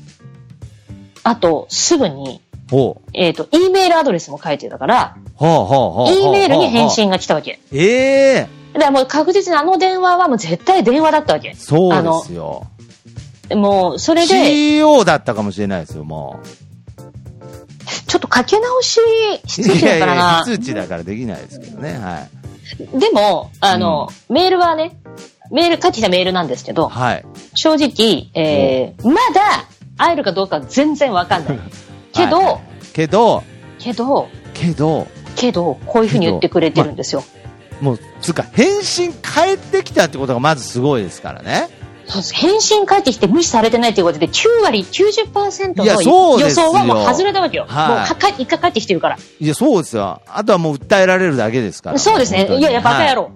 [SPEAKER 2] あと、すぐに、
[SPEAKER 1] ほう。
[SPEAKER 2] えっ、と、E メールアドレスも書いてたから、
[SPEAKER 1] ほうほうほうほう。
[SPEAKER 2] E メールに返
[SPEAKER 1] ほう。
[SPEAKER 2] 信が来たわけ。
[SPEAKER 1] ええ
[SPEAKER 2] だからもう確実にあの電話はもう絶対電話だったわけ。
[SPEAKER 1] そうですよ。
[SPEAKER 2] あの、もう、それで、
[SPEAKER 1] CEO だったかもしれないですよ、も
[SPEAKER 2] ちょっとかけ直し、
[SPEAKER 1] う。
[SPEAKER 2] 必要だからな。
[SPEAKER 1] 非通知だからできないですけどね。はい。
[SPEAKER 2] でも、あの、メールはね、メール、書いてきたメールなんですけど、
[SPEAKER 1] はい。
[SPEAKER 2] 正直、えー、まだ会えるかどうか全然 わかんない。けど、
[SPEAKER 1] はい、けど、
[SPEAKER 2] けど、
[SPEAKER 1] けど、
[SPEAKER 2] けど、こういうふうに言ってくれてるんですよ。
[SPEAKER 1] もう、つうか、返信返ってきたってことがまずすごいですからね。
[SPEAKER 2] そうです返信返ってきて無視されてないということで、9割、90%
[SPEAKER 1] いや
[SPEAKER 2] の
[SPEAKER 1] そう
[SPEAKER 2] 予
[SPEAKER 1] ですよ
[SPEAKER 2] 想はもう外れたわけよ。
[SPEAKER 1] はい
[SPEAKER 2] もうかか、一回返ってきてるか。
[SPEAKER 1] いや、そうですよ。あとはもう訴えられるだけですからら。
[SPEAKER 2] そうです
[SPEAKER 1] 本当
[SPEAKER 2] ね。
[SPEAKER 1] に
[SPEAKER 2] いやいや、バカ野。
[SPEAKER 1] は
[SPEAKER 2] 郎。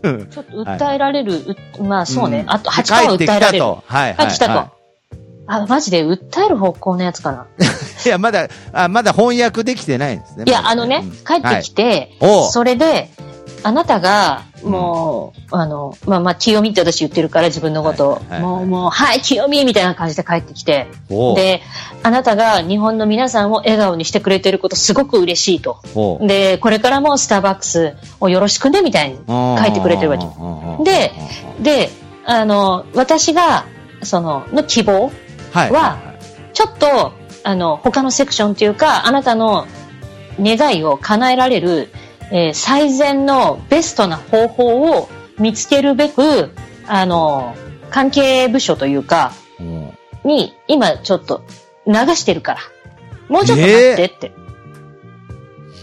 [SPEAKER 1] うん
[SPEAKER 2] ちょっと訴えられる、うまあそうね。
[SPEAKER 1] ん
[SPEAKER 2] あと8%は訴
[SPEAKER 1] 帰ってき
[SPEAKER 2] えられ
[SPEAKER 1] た
[SPEAKER 2] る。
[SPEAKER 1] と。はい。
[SPEAKER 2] 返ってきたと。
[SPEAKER 1] は
[SPEAKER 2] あ、マジで訴える方向のやつかな。
[SPEAKER 1] い。いや、まだ、あまだ翻訳できてないんですね。
[SPEAKER 2] いや、
[SPEAKER 1] ま
[SPEAKER 2] あ
[SPEAKER 1] だ
[SPEAKER 2] のね
[SPEAKER 1] うん、
[SPEAKER 2] 帰ってきて、
[SPEAKER 1] おう
[SPEAKER 2] それで、あなたが、もう、あの、まあまあ、清美って私言ってるから、自分のことを、
[SPEAKER 1] はいはい
[SPEAKER 2] もう、もう、はい、清美みたいな感じで帰ってきて、
[SPEAKER 1] おう
[SPEAKER 2] で、あなたが日本の皆さんを笑顔にしてくれてること、すごく嬉しいと。
[SPEAKER 1] ほう
[SPEAKER 2] で、これからもスターバックスをよろしくね、みたいに書いてくれてるわけ。
[SPEAKER 1] け
[SPEAKER 2] で、で、あの、私が、その、の希望
[SPEAKER 1] はい、
[SPEAKER 2] は、ちょっと、あの、他のセクションというか、あなたの願いを叶えられる、えー最善のベストな方法を見つけるべく、あの、関係部署というか、
[SPEAKER 1] うん
[SPEAKER 2] に、今ちょっと流してるから、もうちょっと待ってって。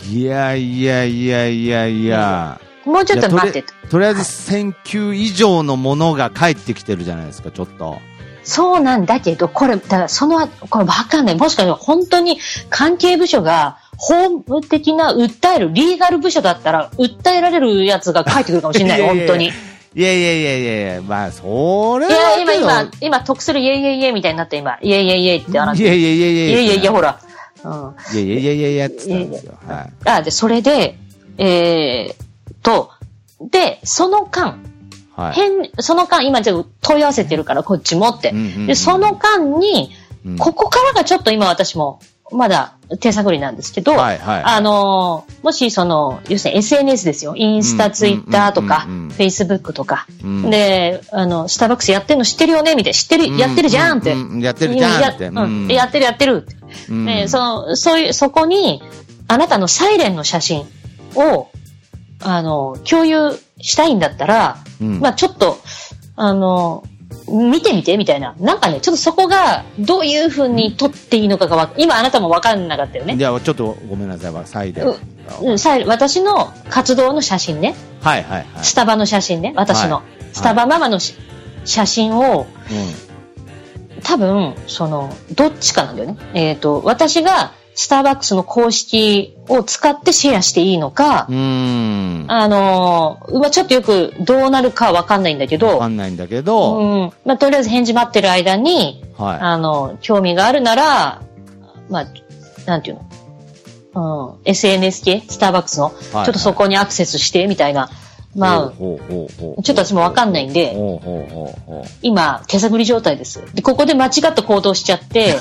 [SPEAKER 1] いやいやいやいやいや。
[SPEAKER 2] もうちょっと待って
[SPEAKER 1] い
[SPEAKER 2] と
[SPEAKER 1] や。とりとりあえず1000球以上のものが返ってきてるじゃないですか、ちょっと。
[SPEAKER 2] そうなんだけど、これ、だからその後、これわかんない。もしかしたら本当に関係部署が法務的な訴える、リーガル部署だったら、訴えられるやつが書いてくるかもしれない
[SPEAKER 1] い
[SPEAKER 2] よ、
[SPEAKER 1] やいや
[SPEAKER 2] 本
[SPEAKER 1] いや
[SPEAKER 2] 当に。い
[SPEAKER 1] いやいやいやいやいや、まあ、それは。
[SPEAKER 2] や、今、
[SPEAKER 1] でも
[SPEAKER 2] 今、今、得するイエイイエイイエイみたいになって、今、イエイイエイイエイってあなた。
[SPEAKER 1] い
[SPEAKER 2] い
[SPEAKER 1] やいやいやいや
[SPEAKER 2] やいやいや、ほら。うん。
[SPEAKER 1] いやいやいやいやいやって言ったんですよ。はい。
[SPEAKER 2] あ、で、それで、えー、と、で、その間、
[SPEAKER 1] はい。
[SPEAKER 2] 変、その間、今ちょっと問い合わせてるから、こっちもって
[SPEAKER 1] うんうんうん。
[SPEAKER 2] で、その間に
[SPEAKER 1] うん、
[SPEAKER 2] ここからがちょっと今私も、まだ手探りなんですけど、
[SPEAKER 1] はいはい
[SPEAKER 2] あのーもしその、要するに SNS ですよ。インス
[SPEAKER 1] う
[SPEAKER 2] タ、
[SPEAKER 1] ん
[SPEAKER 2] ツイッターとか、
[SPEAKER 1] う
[SPEAKER 2] フ
[SPEAKER 1] んうんうん
[SPEAKER 2] ェイスブックとか、
[SPEAKER 1] うん
[SPEAKER 2] で、あの、スターバックスやってるの知ってるよねみたいな、知ってる、やってるじゃんって。
[SPEAKER 1] うんうんうんやってるじゃんって
[SPEAKER 2] や
[SPEAKER 1] う
[SPEAKER 2] うんんやってるやってるって。
[SPEAKER 1] うん
[SPEAKER 2] でその、そういう、そこに、あなたのサイレンの写真を、あの、共有したいんだったら、
[SPEAKER 1] うん
[SPEAKER 2] まあちょっと、あの、見てみてみたいな。なんかね、ちょっとそこが、どういうふうに撮っていいのかがわ、今あなたもわかんなかったよね。
[SPEAKER 1] じゃあ、ちょっとごめんなさい、サイレン。
[SPEAKER 2] う
[SPEAKER 1] は
[SPEAKER 2] んうん、サイレン私の活動の写真ね。
[SPEAKER 1] いはいはい。
[SPEAKER 2] スタバの写真ね。私の。
[SPEAKER 1] はい
[SPEAKER 2] スタバママのし写真を、多分、その、どっちかなんだよね。えっ、と、私がスターバックスの公式を使ってシェアしていいのか、
[SPEAKER 1] うん。うん。わ
[SPEAKER 2] あのーまあちょっとよくどうなるかわかんないんだけ
[SPEAKER 1] か
[SPEAKER 2] ど、
[SPEAKER 1] んないんだけ
[SPEAKER 2] う
[SPEAKER 1] ど、
[SPEAKER 2] ん、まあとりあえず返事待ってる間に、
[SPEAKER 1] は
[SPEAKER 2] あの、興味があるなら、まあ、なんていうの、うん、SNS 系、スターバックスの、ちょ
[SPEAKER 1] はい
[SPEAKER 2] っとそこにアクセスして、みたいな。
[SPEAKER 1] い。
[SPEAKER 2] ま
[SPEAKER 1] ほうほうほうほ
[SPEAKER 2] あ、
[SPEAKER 1] う
[SPEAKER 2] ちょっと私もわかんないんで、
[SPEAKER 1] ほうほうほうほう。
[SPEAKER 2] 今、手探り状態です。で、ここで間違った行動しちゃ って、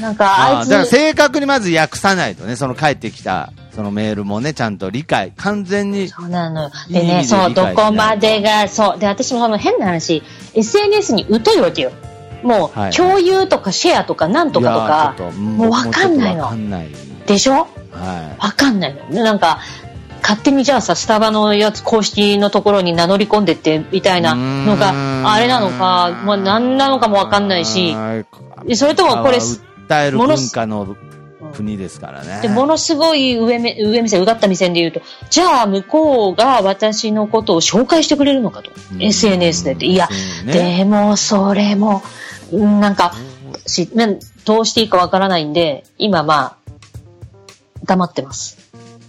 [SPEAKER 2] なんか、
[SPEAKER 1] あ
[SPEAKER 2] あい
[SPEAKER 1] あだから
[SPEAKER 2] つ、
[SPEAKER 1] 正確にまず訳さないとね、その返ってきた、そのメールもね、ちゃんと理解、完全に、
[SPEAKER 2] そうなのよ。
[SPEAKER 1] い
[SPEAKER 2] で
[SPEAKER 1] い意味
[SPEAKER 2] ね、
[SPEAKER 1] で
[SPEAKER 2] そう、
[SPEAKER 1] 理解
[SPEAKER 2] ど
[SPEAKER 1] しない
[SPEAKER 2] こまでが、そう。で、私もその変な話、SNS に疎いわけよ。も、
[SPEAKER 1] はいう
[SPEAKER 2] 共有とかシェアとかなんとか
[SPEAKER 1] い
[SPEAKER 2] と
[SPEAKER 1] やーちょっ
[SPEAKER 2] か、
[SPEAKER 1] と
[SPEAKER 2] もうわかんな
[SPEAKER 1] もうちょ
[SPEAKER 2] い
[SPEAKER 1] っとわか
[SPEAKER 2] の。
[SPEAKER 1] んない。
[SPEAKER 2] でしょ
[SPEAKER 1] は
[SPEAKER 2] わかんないの。なんか、勝手にじゃあさ、スタバのやつ公式のところに名乗り込んでって、みたいなの
[SPEAKER 1] うーん
[SPEAKER 2] が、あれなのか、まあ何なのかもわかんないし、
[SPEAKER 1] い。
[SPEAKER 2] でそれともこれ
[SPEAKER 1] 訴える文化の国ですからね。
[SPEAKER 2] でものすごい上目、上目線、うがった目線で言うと、じゃあ向こうが私のことを紹介してくれるのかと
[SPEAKER 1] う。ん
[SPEAKER 2] SNS でって。いや、
[SPEAKER 1] そうね
[SPEAKER 2] でもそれも、うんなんか、しなんどうしていいかわからないんで、今まあ、黙ってます。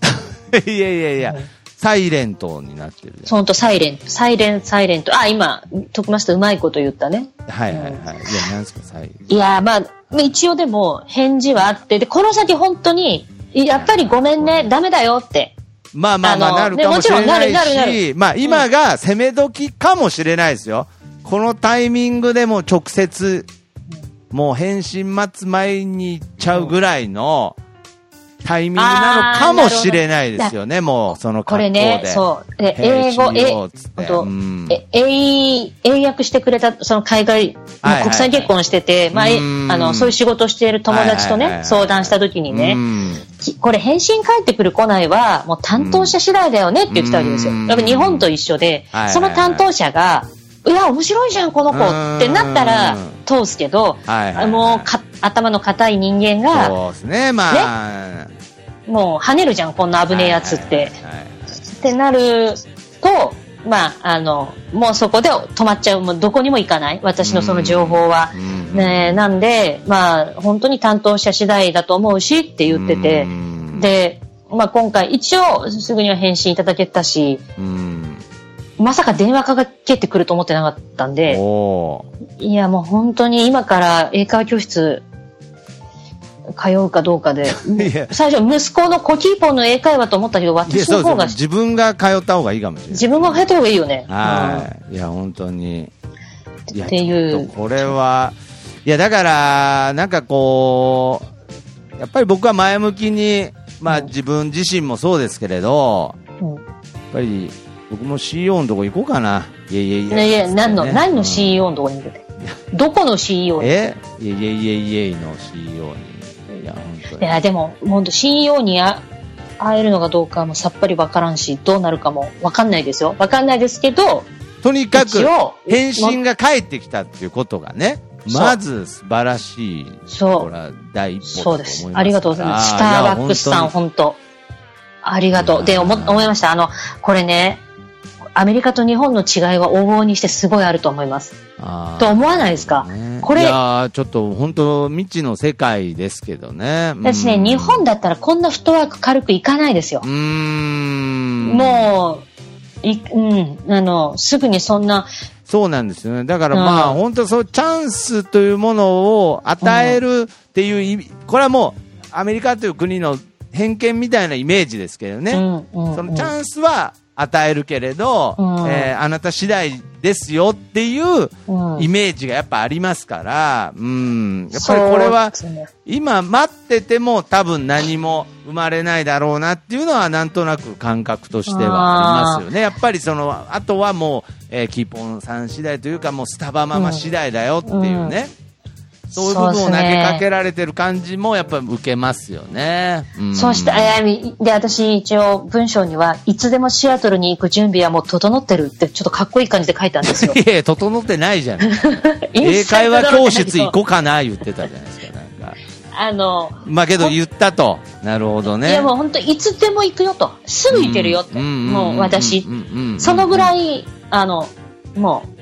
[SPEAKER 1] いやいやいや、サイレントになってるじ
[SPEAKER 2] そんとサイレント、サイレン、サイレント。あ、今、解きました。うまいこと言ったね。
[SPEAKER 1] ゃん。はいはいはい。いや、なんですか、サイレント。
[SPEAKER 2] いやー、まあ、まあ一応でも返事はあって、で、この先本当に、やっぱりごめんね、ダメだよって。
[SPEAKER 1] まあまあまあ、
[SPEAKER 2] あの
[SPEAKER 1] なるかもしれない
[SPEAKER 2] ねもちろんなるなるな
[SPEAKER 1] し、まあ今が攻め時かもしれないですよ。このタイミングでもう直接、もう返信待つ前に行っちゃうぐらいのタイミングなのかもしれないですよね、もうその格
[SPEAKER 2] こ
[SPEAKER 1] 好
[SPEAKER 2] れ
[SPEAKER 1] で。
[SPEAKER 2] ね、そう。で、英語、
[SPEAKER 1] 返
[SPEAKER 2] え、
[SPEAKER 1] 信を
[SPEAKER 2] ほ
[SPEAKER 1] っ
[SPEAKER 2] ん
[SPEAKER 1] つって
[SPEAKER 2] と
[SPEAKER 1] うん
[SPEAKER 2] え英英訳してくれた、その海外、
[SPEAKER 1] はいはい
[SPEAKER 2] 国際結婚してて、まあえ
[SPEAKER 1] うん
[SPEAKER 2] あの、そういう仕事している友達と
[SPEAKER 1] はいはいはい
[SPEAKER 2] ね
[SPEAKER 1] は、い
[SPEAKER 2] 相談した時に
[SPEAKER 1] う
[SPEAKER 2] ね、
[SPEAKER 1] ん
[SPEAKER 2] きこれ返信返ってくる来ないは、もう担当者次第だよねって言ってたわけですよ。
[SPEAKER 1] うん
[SPEAKER 2] やっぱ日本と一緒で
[SPEAKER 1] はいはいは、い
[SPEAKER 2] その担当者が、いや、面白いじゃん、この子ってなったら
[SPEAKER 1] うん
[SPEAKER 2] 通すけど、
[SPEAKER 1] はいはいはい
[SPEAKER 2] もうか頭の硬い人間が、
[SPEAKER 1] そうですね、まあ。
[SPEAKER 2] もう跳ねるじゃん、こんな危ねえやつって。
[SPEAKER 1] はいはいはい
[SPEAKER 2] ってなると、まあ、あの、もうそこで止まっちゃう。もうどこにも行かない。私のその情報は。
[SPEAKER 1] うん
[SPEAKER 2] ねえなんで、まあ、本当に担当者次第だと思うしって言ってて
[SPEAKER 1] う。ん
[SPEAKER 2] で、まあ今回一応すぐには返信いただけたし、
[SPEAKER 1] うん
[SPEAKER 2] まさか電話かけてくると思ってなかったんで、
[SPEAKER 1] お
[SPEAKER 2] いやもう本当に今から英会話教室通うかどうかで、
[SPEAKER 1] ーいや
[SPEAKER 2] 最初息子のコキーポンの英会話と思ったけど、
[SPEAKER 1] いや
[SPEAKER 2] 私
[SPEAKER 1] そ
[SPEAKER 2] の
[SPEAKER 1] うです
[SPEAKER 2] 方
[SPEAKER 1] よ
[SPEAKER 2] が、
[SPEAKER 1] 自分が通った方がいいかもしれない。
[SPEAKER 2] 自分が入った方がいいよね。
[SPEAKER 1] はい。いや、本当に。や
[SPEAKER 2] っていう
[SPEAKER 1] ちょっとこれは、いや、だから、なんかこう、やっぱり僕は前向きに、まあ
[SPEAKER 2] うん
[SPEAKER 1] 自分自身もそうですけれど、
[SPEAKER 2] う
[SPEAKER 1] や
[SPEAKER 2] ん
[SPEAKER 1] っぱり、僕も CEO のとこ行こうかな。いやいやいや。
[SPEAKER 2] ねいや、何の、
[SPEAKER 1] ね
[SPEAKER 2] 何
[SPEAKER 1] う
[SPEAKER 2] の
[SPEAKER 1] ん
[SPEAKER 2] CEO のとこにいるてどこの CEO にい
[SPEAKER 1] えいやいやいやいやいの CEO に。いや、本当に。
[SPEAKER 2] や、でも、本当 CEO にあ会えるのかどうかもさっぱりわからんし、どうなるかもわかんないですよ。わかんないですけど、
[SPEAKER 1] とにかく
[SPEAKER 2] 一応、
[SPEAKER 1] 返信が返ってきたっていうことがね、
[SPEAKER 2] そう
[SPEAKER 1] まず素晴らしい、
[SPEAKER 2] そう
[SPEAKER 1] これは第一歩だと
[SPEAKER 2] そ
[SPEAKER 1] 思いますす。。
[SPEAKER 2] うでありがとうございます。スターバックスさん、
[SPEAKER 1] いや本
[SPEAKER 2] 本当ありがとう。で、思、思いました。あの、これね、アメリカと日本の違いは往々にしてすごいあると思います。
[SPEAKER 1] 当にあー
[SPEAKER 2] と思わないですか、
[SPEAKER 1] ね
[SPEAKER 2] これ
[SPEAKER 1] いやーちょっと本当未知の世界ですけどね。
[SPEAKER 2] 私ね、
[SPEAKER 1] うん
[SPEAKER 2] 日本だったらこんなフットワーク軽くいかないですよ
[SPEAKER 1] う。ーん。
[SPEAKER 2] もう、い、うん、あの、すぐにそんな、
[SPEAKER 1] そうなんですよね。だからまあ、
[SPEAKER 2] うん
[SPEAKER 1] 本当そう、チャンスというものを与えるっていう意味、これはもう、アメリカという国の偏見みたいなイメージですけどね。
[SPEAKER 2] うん、うん。
[SPEAKER 1] そのチャンスは与えるけれど、
[SPEAKER 2] うん
[SPEAKER 1] えーあなた次第ですよっていう
[SPEAKER 2] うん
[SPEAKER 1] イメージがやっぱありますから、うん、やっぱりこれは
[SPEAKER 2] そうですね
[SPEAKER 1] 今待ってても多分何も生まれないだろうなっていうのはなんとなく感覚としてはありますよね。やっぱりその、あとはもう、えーキーポンさん次第というかもうスタバママ次第だよっていうね。そういう部分を投げかけられてる感じもやっぱ受けますよね。ん
[SPEAKER 2] そうして、あやみ、で、私一応文章には、いつでもシアトルに行く準備はもう整ってるって、ちょっとかっこいい感じで書いたんですよ。
[SPEAKER 1] いやいや、整ってないじゃない 英会話教室行こうかな、言ってたじゃないですか、なんか。
[SPEAKER 2] あの、
[SPEAKER 1] まあけど言ったと。なるほどね。
[SPEAKER 2] いやもう本当いつでも行くよと。すぐ行けるよって。
[SPEAKER 1] うんうん
[SPEAKER 2] もう私
[SPEAKER 1] う。んうんうん
[SPEAKER 2] その
[SPEAKER 1] い
[SPEAKER 2] ぐらい、あの、もう、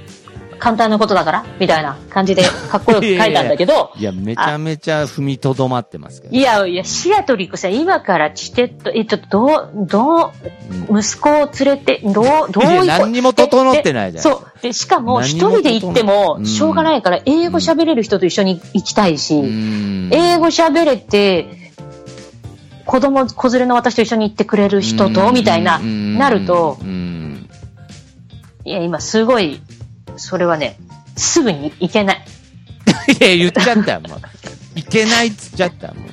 [SPEAKER 2] 簡単なことだから、みたいな感じで、かっこよく書いたんだけど
[SPEAKER 1] 、いや、めちゃめちゃ踏みとどまってますけど。
[SPEAKER 2] いやいや、シアトル行くさ、今からチケット、え、ちょっと、どう、どう、息子を連れて、どう、どう
[SPEAKER 1] いや
[SPEAKER 2] 行こう
[SPEAKER 1] 何にも整ってないじゃん
[SPEAKER 2] でそう。で、しかも、
[SPEAKER 1] 何
[SPEAKER 2] 一
[SPEAKER 1] にも整っ
[SPEAKER 2] 人で行って
[SPEAKER 1] う
[SPEAKER 2] も、
[SPEAKER 1] ん
[SPEAKER 2] しょうがないから、英語喋れる人と一緒に行きたいし、
[SPEAKER 1] うん
[SPEAKER 2] 英語喋れて、子供、子連れの私と一緒に行ってくれる人と、みたいな、
[SPEAKER 1] うん
[SPEAKER 2] なると
[SPEAKER 1] う、ん
[SPEAKER 2] いや、今すごい、それはね、すぐに行けない。
[SPEAKER 1] いや、言っちゃったよ、もう。いけないっつっちゃったよ、もう。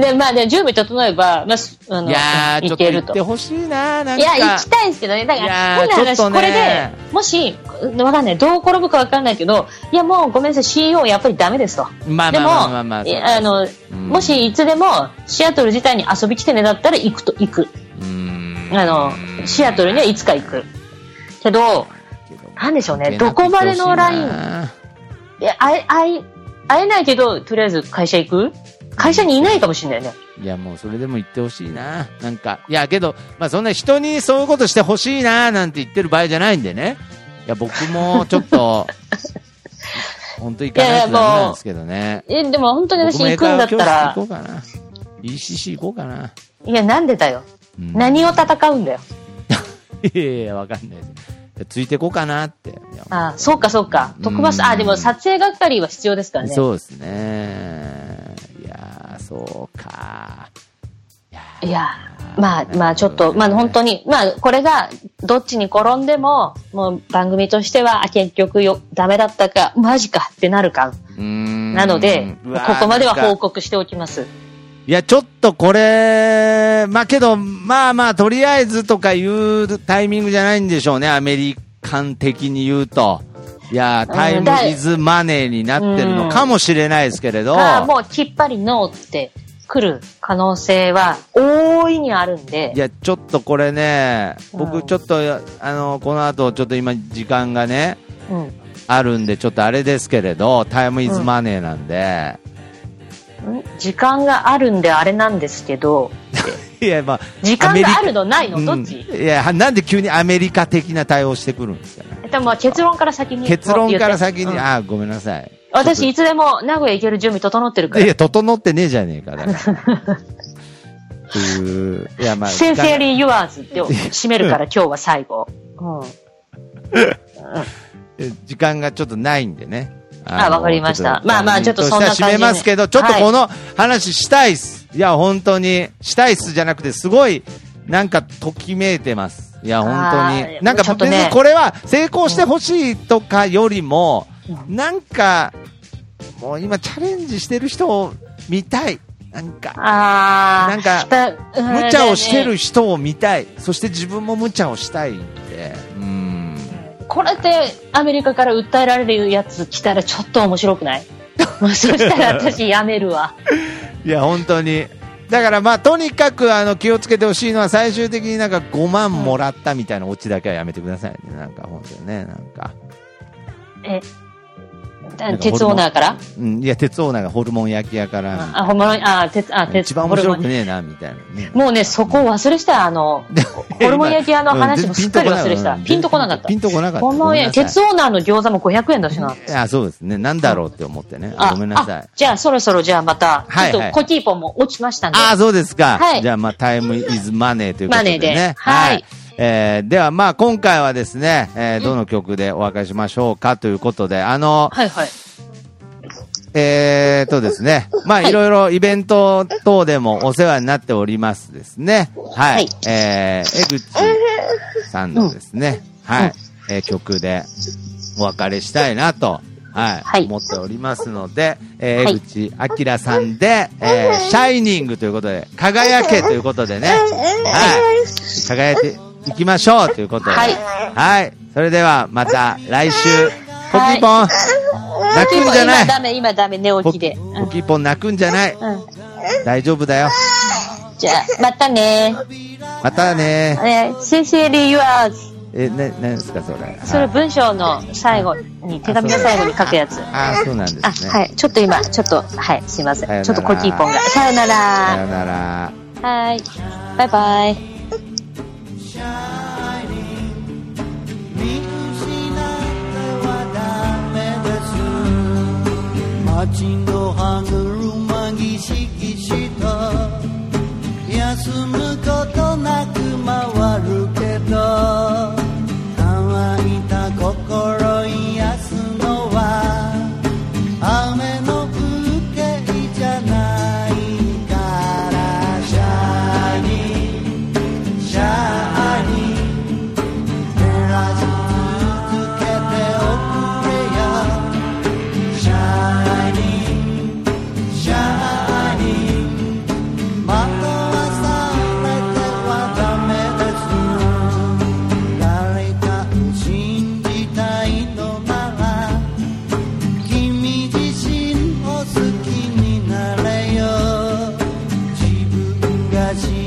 [SPEAKER 2] で、まあね、準備整えば、まあす、あの、
[SPEAKER 1] いやー、ちょ
[SPEAKER 2] 行
[SPEAKER 1] っと
[SPEAKER 2] け
[SPEAKER 1] 行
[SPEAKER 2] る
[SPEAKER 1] っ
[SPEAKER 2] と
[SPEAKER 1] て。ほしいな、なんか。
[SPEAKER 2] いや、行きたいんですけどね。だか
[SPEAKER 1] い
[SPEAKER 2] ら、
[SPEAKER 1] やー
[SPEAKER 2] 変な
[SPEAKER 1] ちょ
[SPEAKER 2] 話、
[SPEAKER 1] っと
[SPEAKER 2] これ
[SPEAKER 1] ね
[SPEAKER 2] で、もし、わかんない。どう転ぶかわかんないけど、いや、もうごめんなさい、CEO やっぱりダメですと。
[SPEAKER 1] まあ
[SPEAKER 2] で
[SPEAKER 1] まあまあ
[SPEAKER 2] も、
[SPEAKER 1] まあまあ。
[SPEAKER 2] いやあの、
[SPEAKER 1] うん
[SPEAKER 2] もしいつでも、シアトル自体に遊び来てねだったら行くと、行く。
[SPEAKER 1] うん
[SPEAKER 2] あの、シアトルにはいつか行く。けど、なんでしょうね、どこまでのライン、いや、会え、会え、会えないけど、とりあえず会社行く会社にいないかもしれないね。
[SPEAKER 1] ンいや、もうそれでも言ってほしいな。なんか、いや、けど、まあそんな人にそういうことしてほしいな、なんて言ってる場合じゃないんでね。いや、僕もちょっ と、本当行かないとダメなんですけどね。
[SPEAKER 2] え、でも本当に私
[SPEAKER 1] 僕も
[SPEAKER 2] 行
[SPEAKER 1] 英
[SPEAKER 2] くん
[SPEAKER 1] 会
[SPEAKER 2] だ
[SPEAKER 1] 話教室
[SPEAKER 2] った
[SPEAKER 1] 行
[SPEAKER 2] ら
[SPEAKER 1] こ、うかな。ECC 行こうかな。
[SPEAKER 2] いや、なんでだよ。
[SPEAKER 1] うん
[SPEAKER 2] 何を戦うんだよ。
[SPEAKER 1] いやいや、わかんないです。いやついてこうかなって。いや
[SPEAKER 2] ああそうかそうか。特バ
[SPEAKER 1] う
[SPEAKER 2] ス、
[SPEAKER 1] ん
[SPEAKER 2] ああ、でも撮影係は必要ですからね。
[SPEAKER 1] そうですね。そうか。
[SPEAKER 2] いや、まあまあちょっと、まあ本当に、まあこれがどっちに転んでも、もう番組としては、あ結局よ、ダメだったか、マジかってなるか。
[SPEAKER 1] な
[SPEAKER 2] なので、ここまでは報告しておきます。
[SPEAKER 1] いや、ちょっとこれ、まあけど、まあまあ、とりあえずとかいうタイミングじゃないんでしょうね、アメリカン的に言うと。いや、タイムイズマネーになってるのかもしれないですけれど。
[SPEAKER 2] ああ、もうきっぱりノーって来る可能性は大いにあるんで
[SPEAKER 1] い。や、ちょっとこれね、
[SPEAKER 2] う
[SPEAKER 1] 僕
[SPEAKER 2] ん
[SPEAKER 1] ちょっと、あの、この後、ちょっと今、時間がね、
[SPEAKER 2] うん。
[SPEAKER 1] あるんで、ちょっとあれですけれど、タイムイズマネーなんで。
[SPEAKER 2] 時間があるんであれなんですけど、
[SPEAKER 1] いや、まあ、
[SPEAKER 2] 時間があるのないの
[SPEAKER 1] うん
[SPEAKER 2] どっち、
[SPEAKER 1] いや、なんで急にアメリカ的な対応してくるんですかね。
[SPEAKER 2] えっと、まあ結論から先に。
[SPEAKER 1] 結論から先
[SPEAKER 2] う
[SPEAKER 1] に、
[SPEAKER 2] ん
[SPEAKER 1] あ、ごめんなさい。
[SPEAKER 2] 私いつでも名古屋行ける準備整ってるか
[SPEAKER 1] い
[SPEAKER 2] ら。
[SPEAKER 1] や、整ってねえじゃねえか、だから。 っていう、いや、まあ、
[SPEAKER 2] センセー
[SPEAKER 1] い
[SPEAKER 2] リー・ユアーズで締めるから今日は最後。うん。
[SPEAKER 1] や時間がちょっとないんでね。
[SPEAKER 2] あわかりました
[SPEAKER 1] ちょっと
[SPEAKER 2] まあまあちょっとそんな感じで
[SPEAKER 1] 締めますけど、ちょっとこの話したいっす。いや、本当に、したいっすじゃなくて、すごい、なんか、ときめいてます。いや、
[SPEAKER 2] あ
[SPEAKER 1] 本
[SPEAKER 2] ー
[SPEAKER 1] 当に。なんか、
[SPEAKER 2] ちょっと
[SPEAKER 1] 別
[SPEAKER 2] ね
[SPEAKER 1] にこれは、成功してほしいとかよりも、なんか、もう今、チャレンジしてる人を見たい。なんか。
[SPEAKER 2] ああ。
[SPEAKER 1] なんか
[SPEAKER 2] だ、うん
[SPEAKER 1] 無茶をしてる人を見たい、そして自分も無茶をしたいんで、うん、
[SPEAKER 2] これでアメリカから訴えられるやつ来たらちょっと面白くないもうそしたら私やめるわ。
[SPEAKER 1] いや、本当に、だからまあ、とにかくあの気をつけてほしいのは、最終的になんか5万もらったみたいなオチだけはやめてくださいね、なんか本当にね、なんか、
[SPEAKER 2] え、
[SPEAKER 1] なんか
[SPEAKER 2] 鉄オーナーから
[SPEAKER 1] うん、いや、鉄オーナーがホルモン焼き屋から、
[SPEAKER 2] あ、ほんまに、あ、鉄、あ、鉄、
[SPEAKER 1] 一番面白く
[SPEAKER 2] ホルモン
[SPEAKER 1] ねえな、みたいなね。
[SPEAKER 2] もうね、そこを忘れした、あの、ホルモン焼き屋の話もすっかり忘れした。ピンとこなかった
[SPEAKER 1] ピ。ンとこなかった。
[SPEAKER 2] ホルモン焼き、鉄オーナーの餃子も500円だしな。
[SPEAKER 1] あ、そうですね。なんだろうって思ってね。
[SPEAKER 2] あ、
[SPEAKER 1] ごめんなさい
[SPEAKER 2] あ。じゃあ、そろそろじゃあまた、
[SPEAKER 1] はいはい
[SPEAKER 2] ちょっとコキーポンも落ちましたんで。
[SPEAKER 1] ああ、そうですか。
[SPEAKER 2] はい
[SPEAKER 1] じゃあ、まあ、タイムイズマネーということでね。
[SPEAKER 2] マネーではい
[SPEAKER 1] えーでは、まあ、今回はですね、えーどの曲でお別れしましょうかということで、あの、
[SPEAKER 2] はいはい。
[SPEAKER 1] えーとですね、まあ、いろいろイベント等でもお世話になっておりますですね。はい。
[SPEAKER 2] はい
[SPEAKER 1] えー、江口さんのですね、はい、えー曲でお別れしたいなと、はい、
[SPEAKER 2] はい
[SPEAKER 1] 思っておりますので、えー
[SPEAKER 2] はい
[SPEAKER 1] 江口明さんで、えーシャイニングということで、輝けということでね、はい、輝いていきましょうということで、
[SPEAKER 2] はい
[SPEAKER 1] はいそれではまた来週、ポキポン、泣くんじゃない
[SPEAKER 2] 今ダメ、今ダメ、寝
[SPEAKER 1] ポ
[SPEAKER 2] 起き
[SPEAKER 1] キ
[SPEAKER 2] で。
[SPEAKER 1] ポキポン泣くんじゃない。
[SPEAKER 2] うん。うん
[SPEAKER 1] 大丈夫だよ。
[SPEAKER 2] じゃあ、またね。
[SPEAKER 1] またね。
[SPEAKER 2] えー、シンシエリー・ユアーズ。
[SPEAKER 1] え、な、なんですか、それ。
[SPEAKER 2] それ文章の最後に、手紙の最後に書くやつ。
[SPEAKER 1] あ、そうなんで
[SPEAKER 2] あ、
[SPEAKER 1] すね。
[SPEAKER 2] はい。ちょっと今、ちょっと、はい、すいませ。
[SPEAKER 1] さよなんら
[SPEAKER 2] ちょっとコキーポンが。さよな
[SPEAKER 1] さよ
[SPEAKER 2] ら。
[SPEAKER 1] なら。
[SPEAKER 2] はい。バイバイ。
[SPEAKER 3] 街の歯車ぎしぎした休むことなく回るけど乾いた心癒すのは雨の風景じゃないからシャイニーシャイニー照らし続けておくれよシャイニーシャイニーまたはされてはダメです誰かを信じたいのなら君自身を好きになれよ自分が信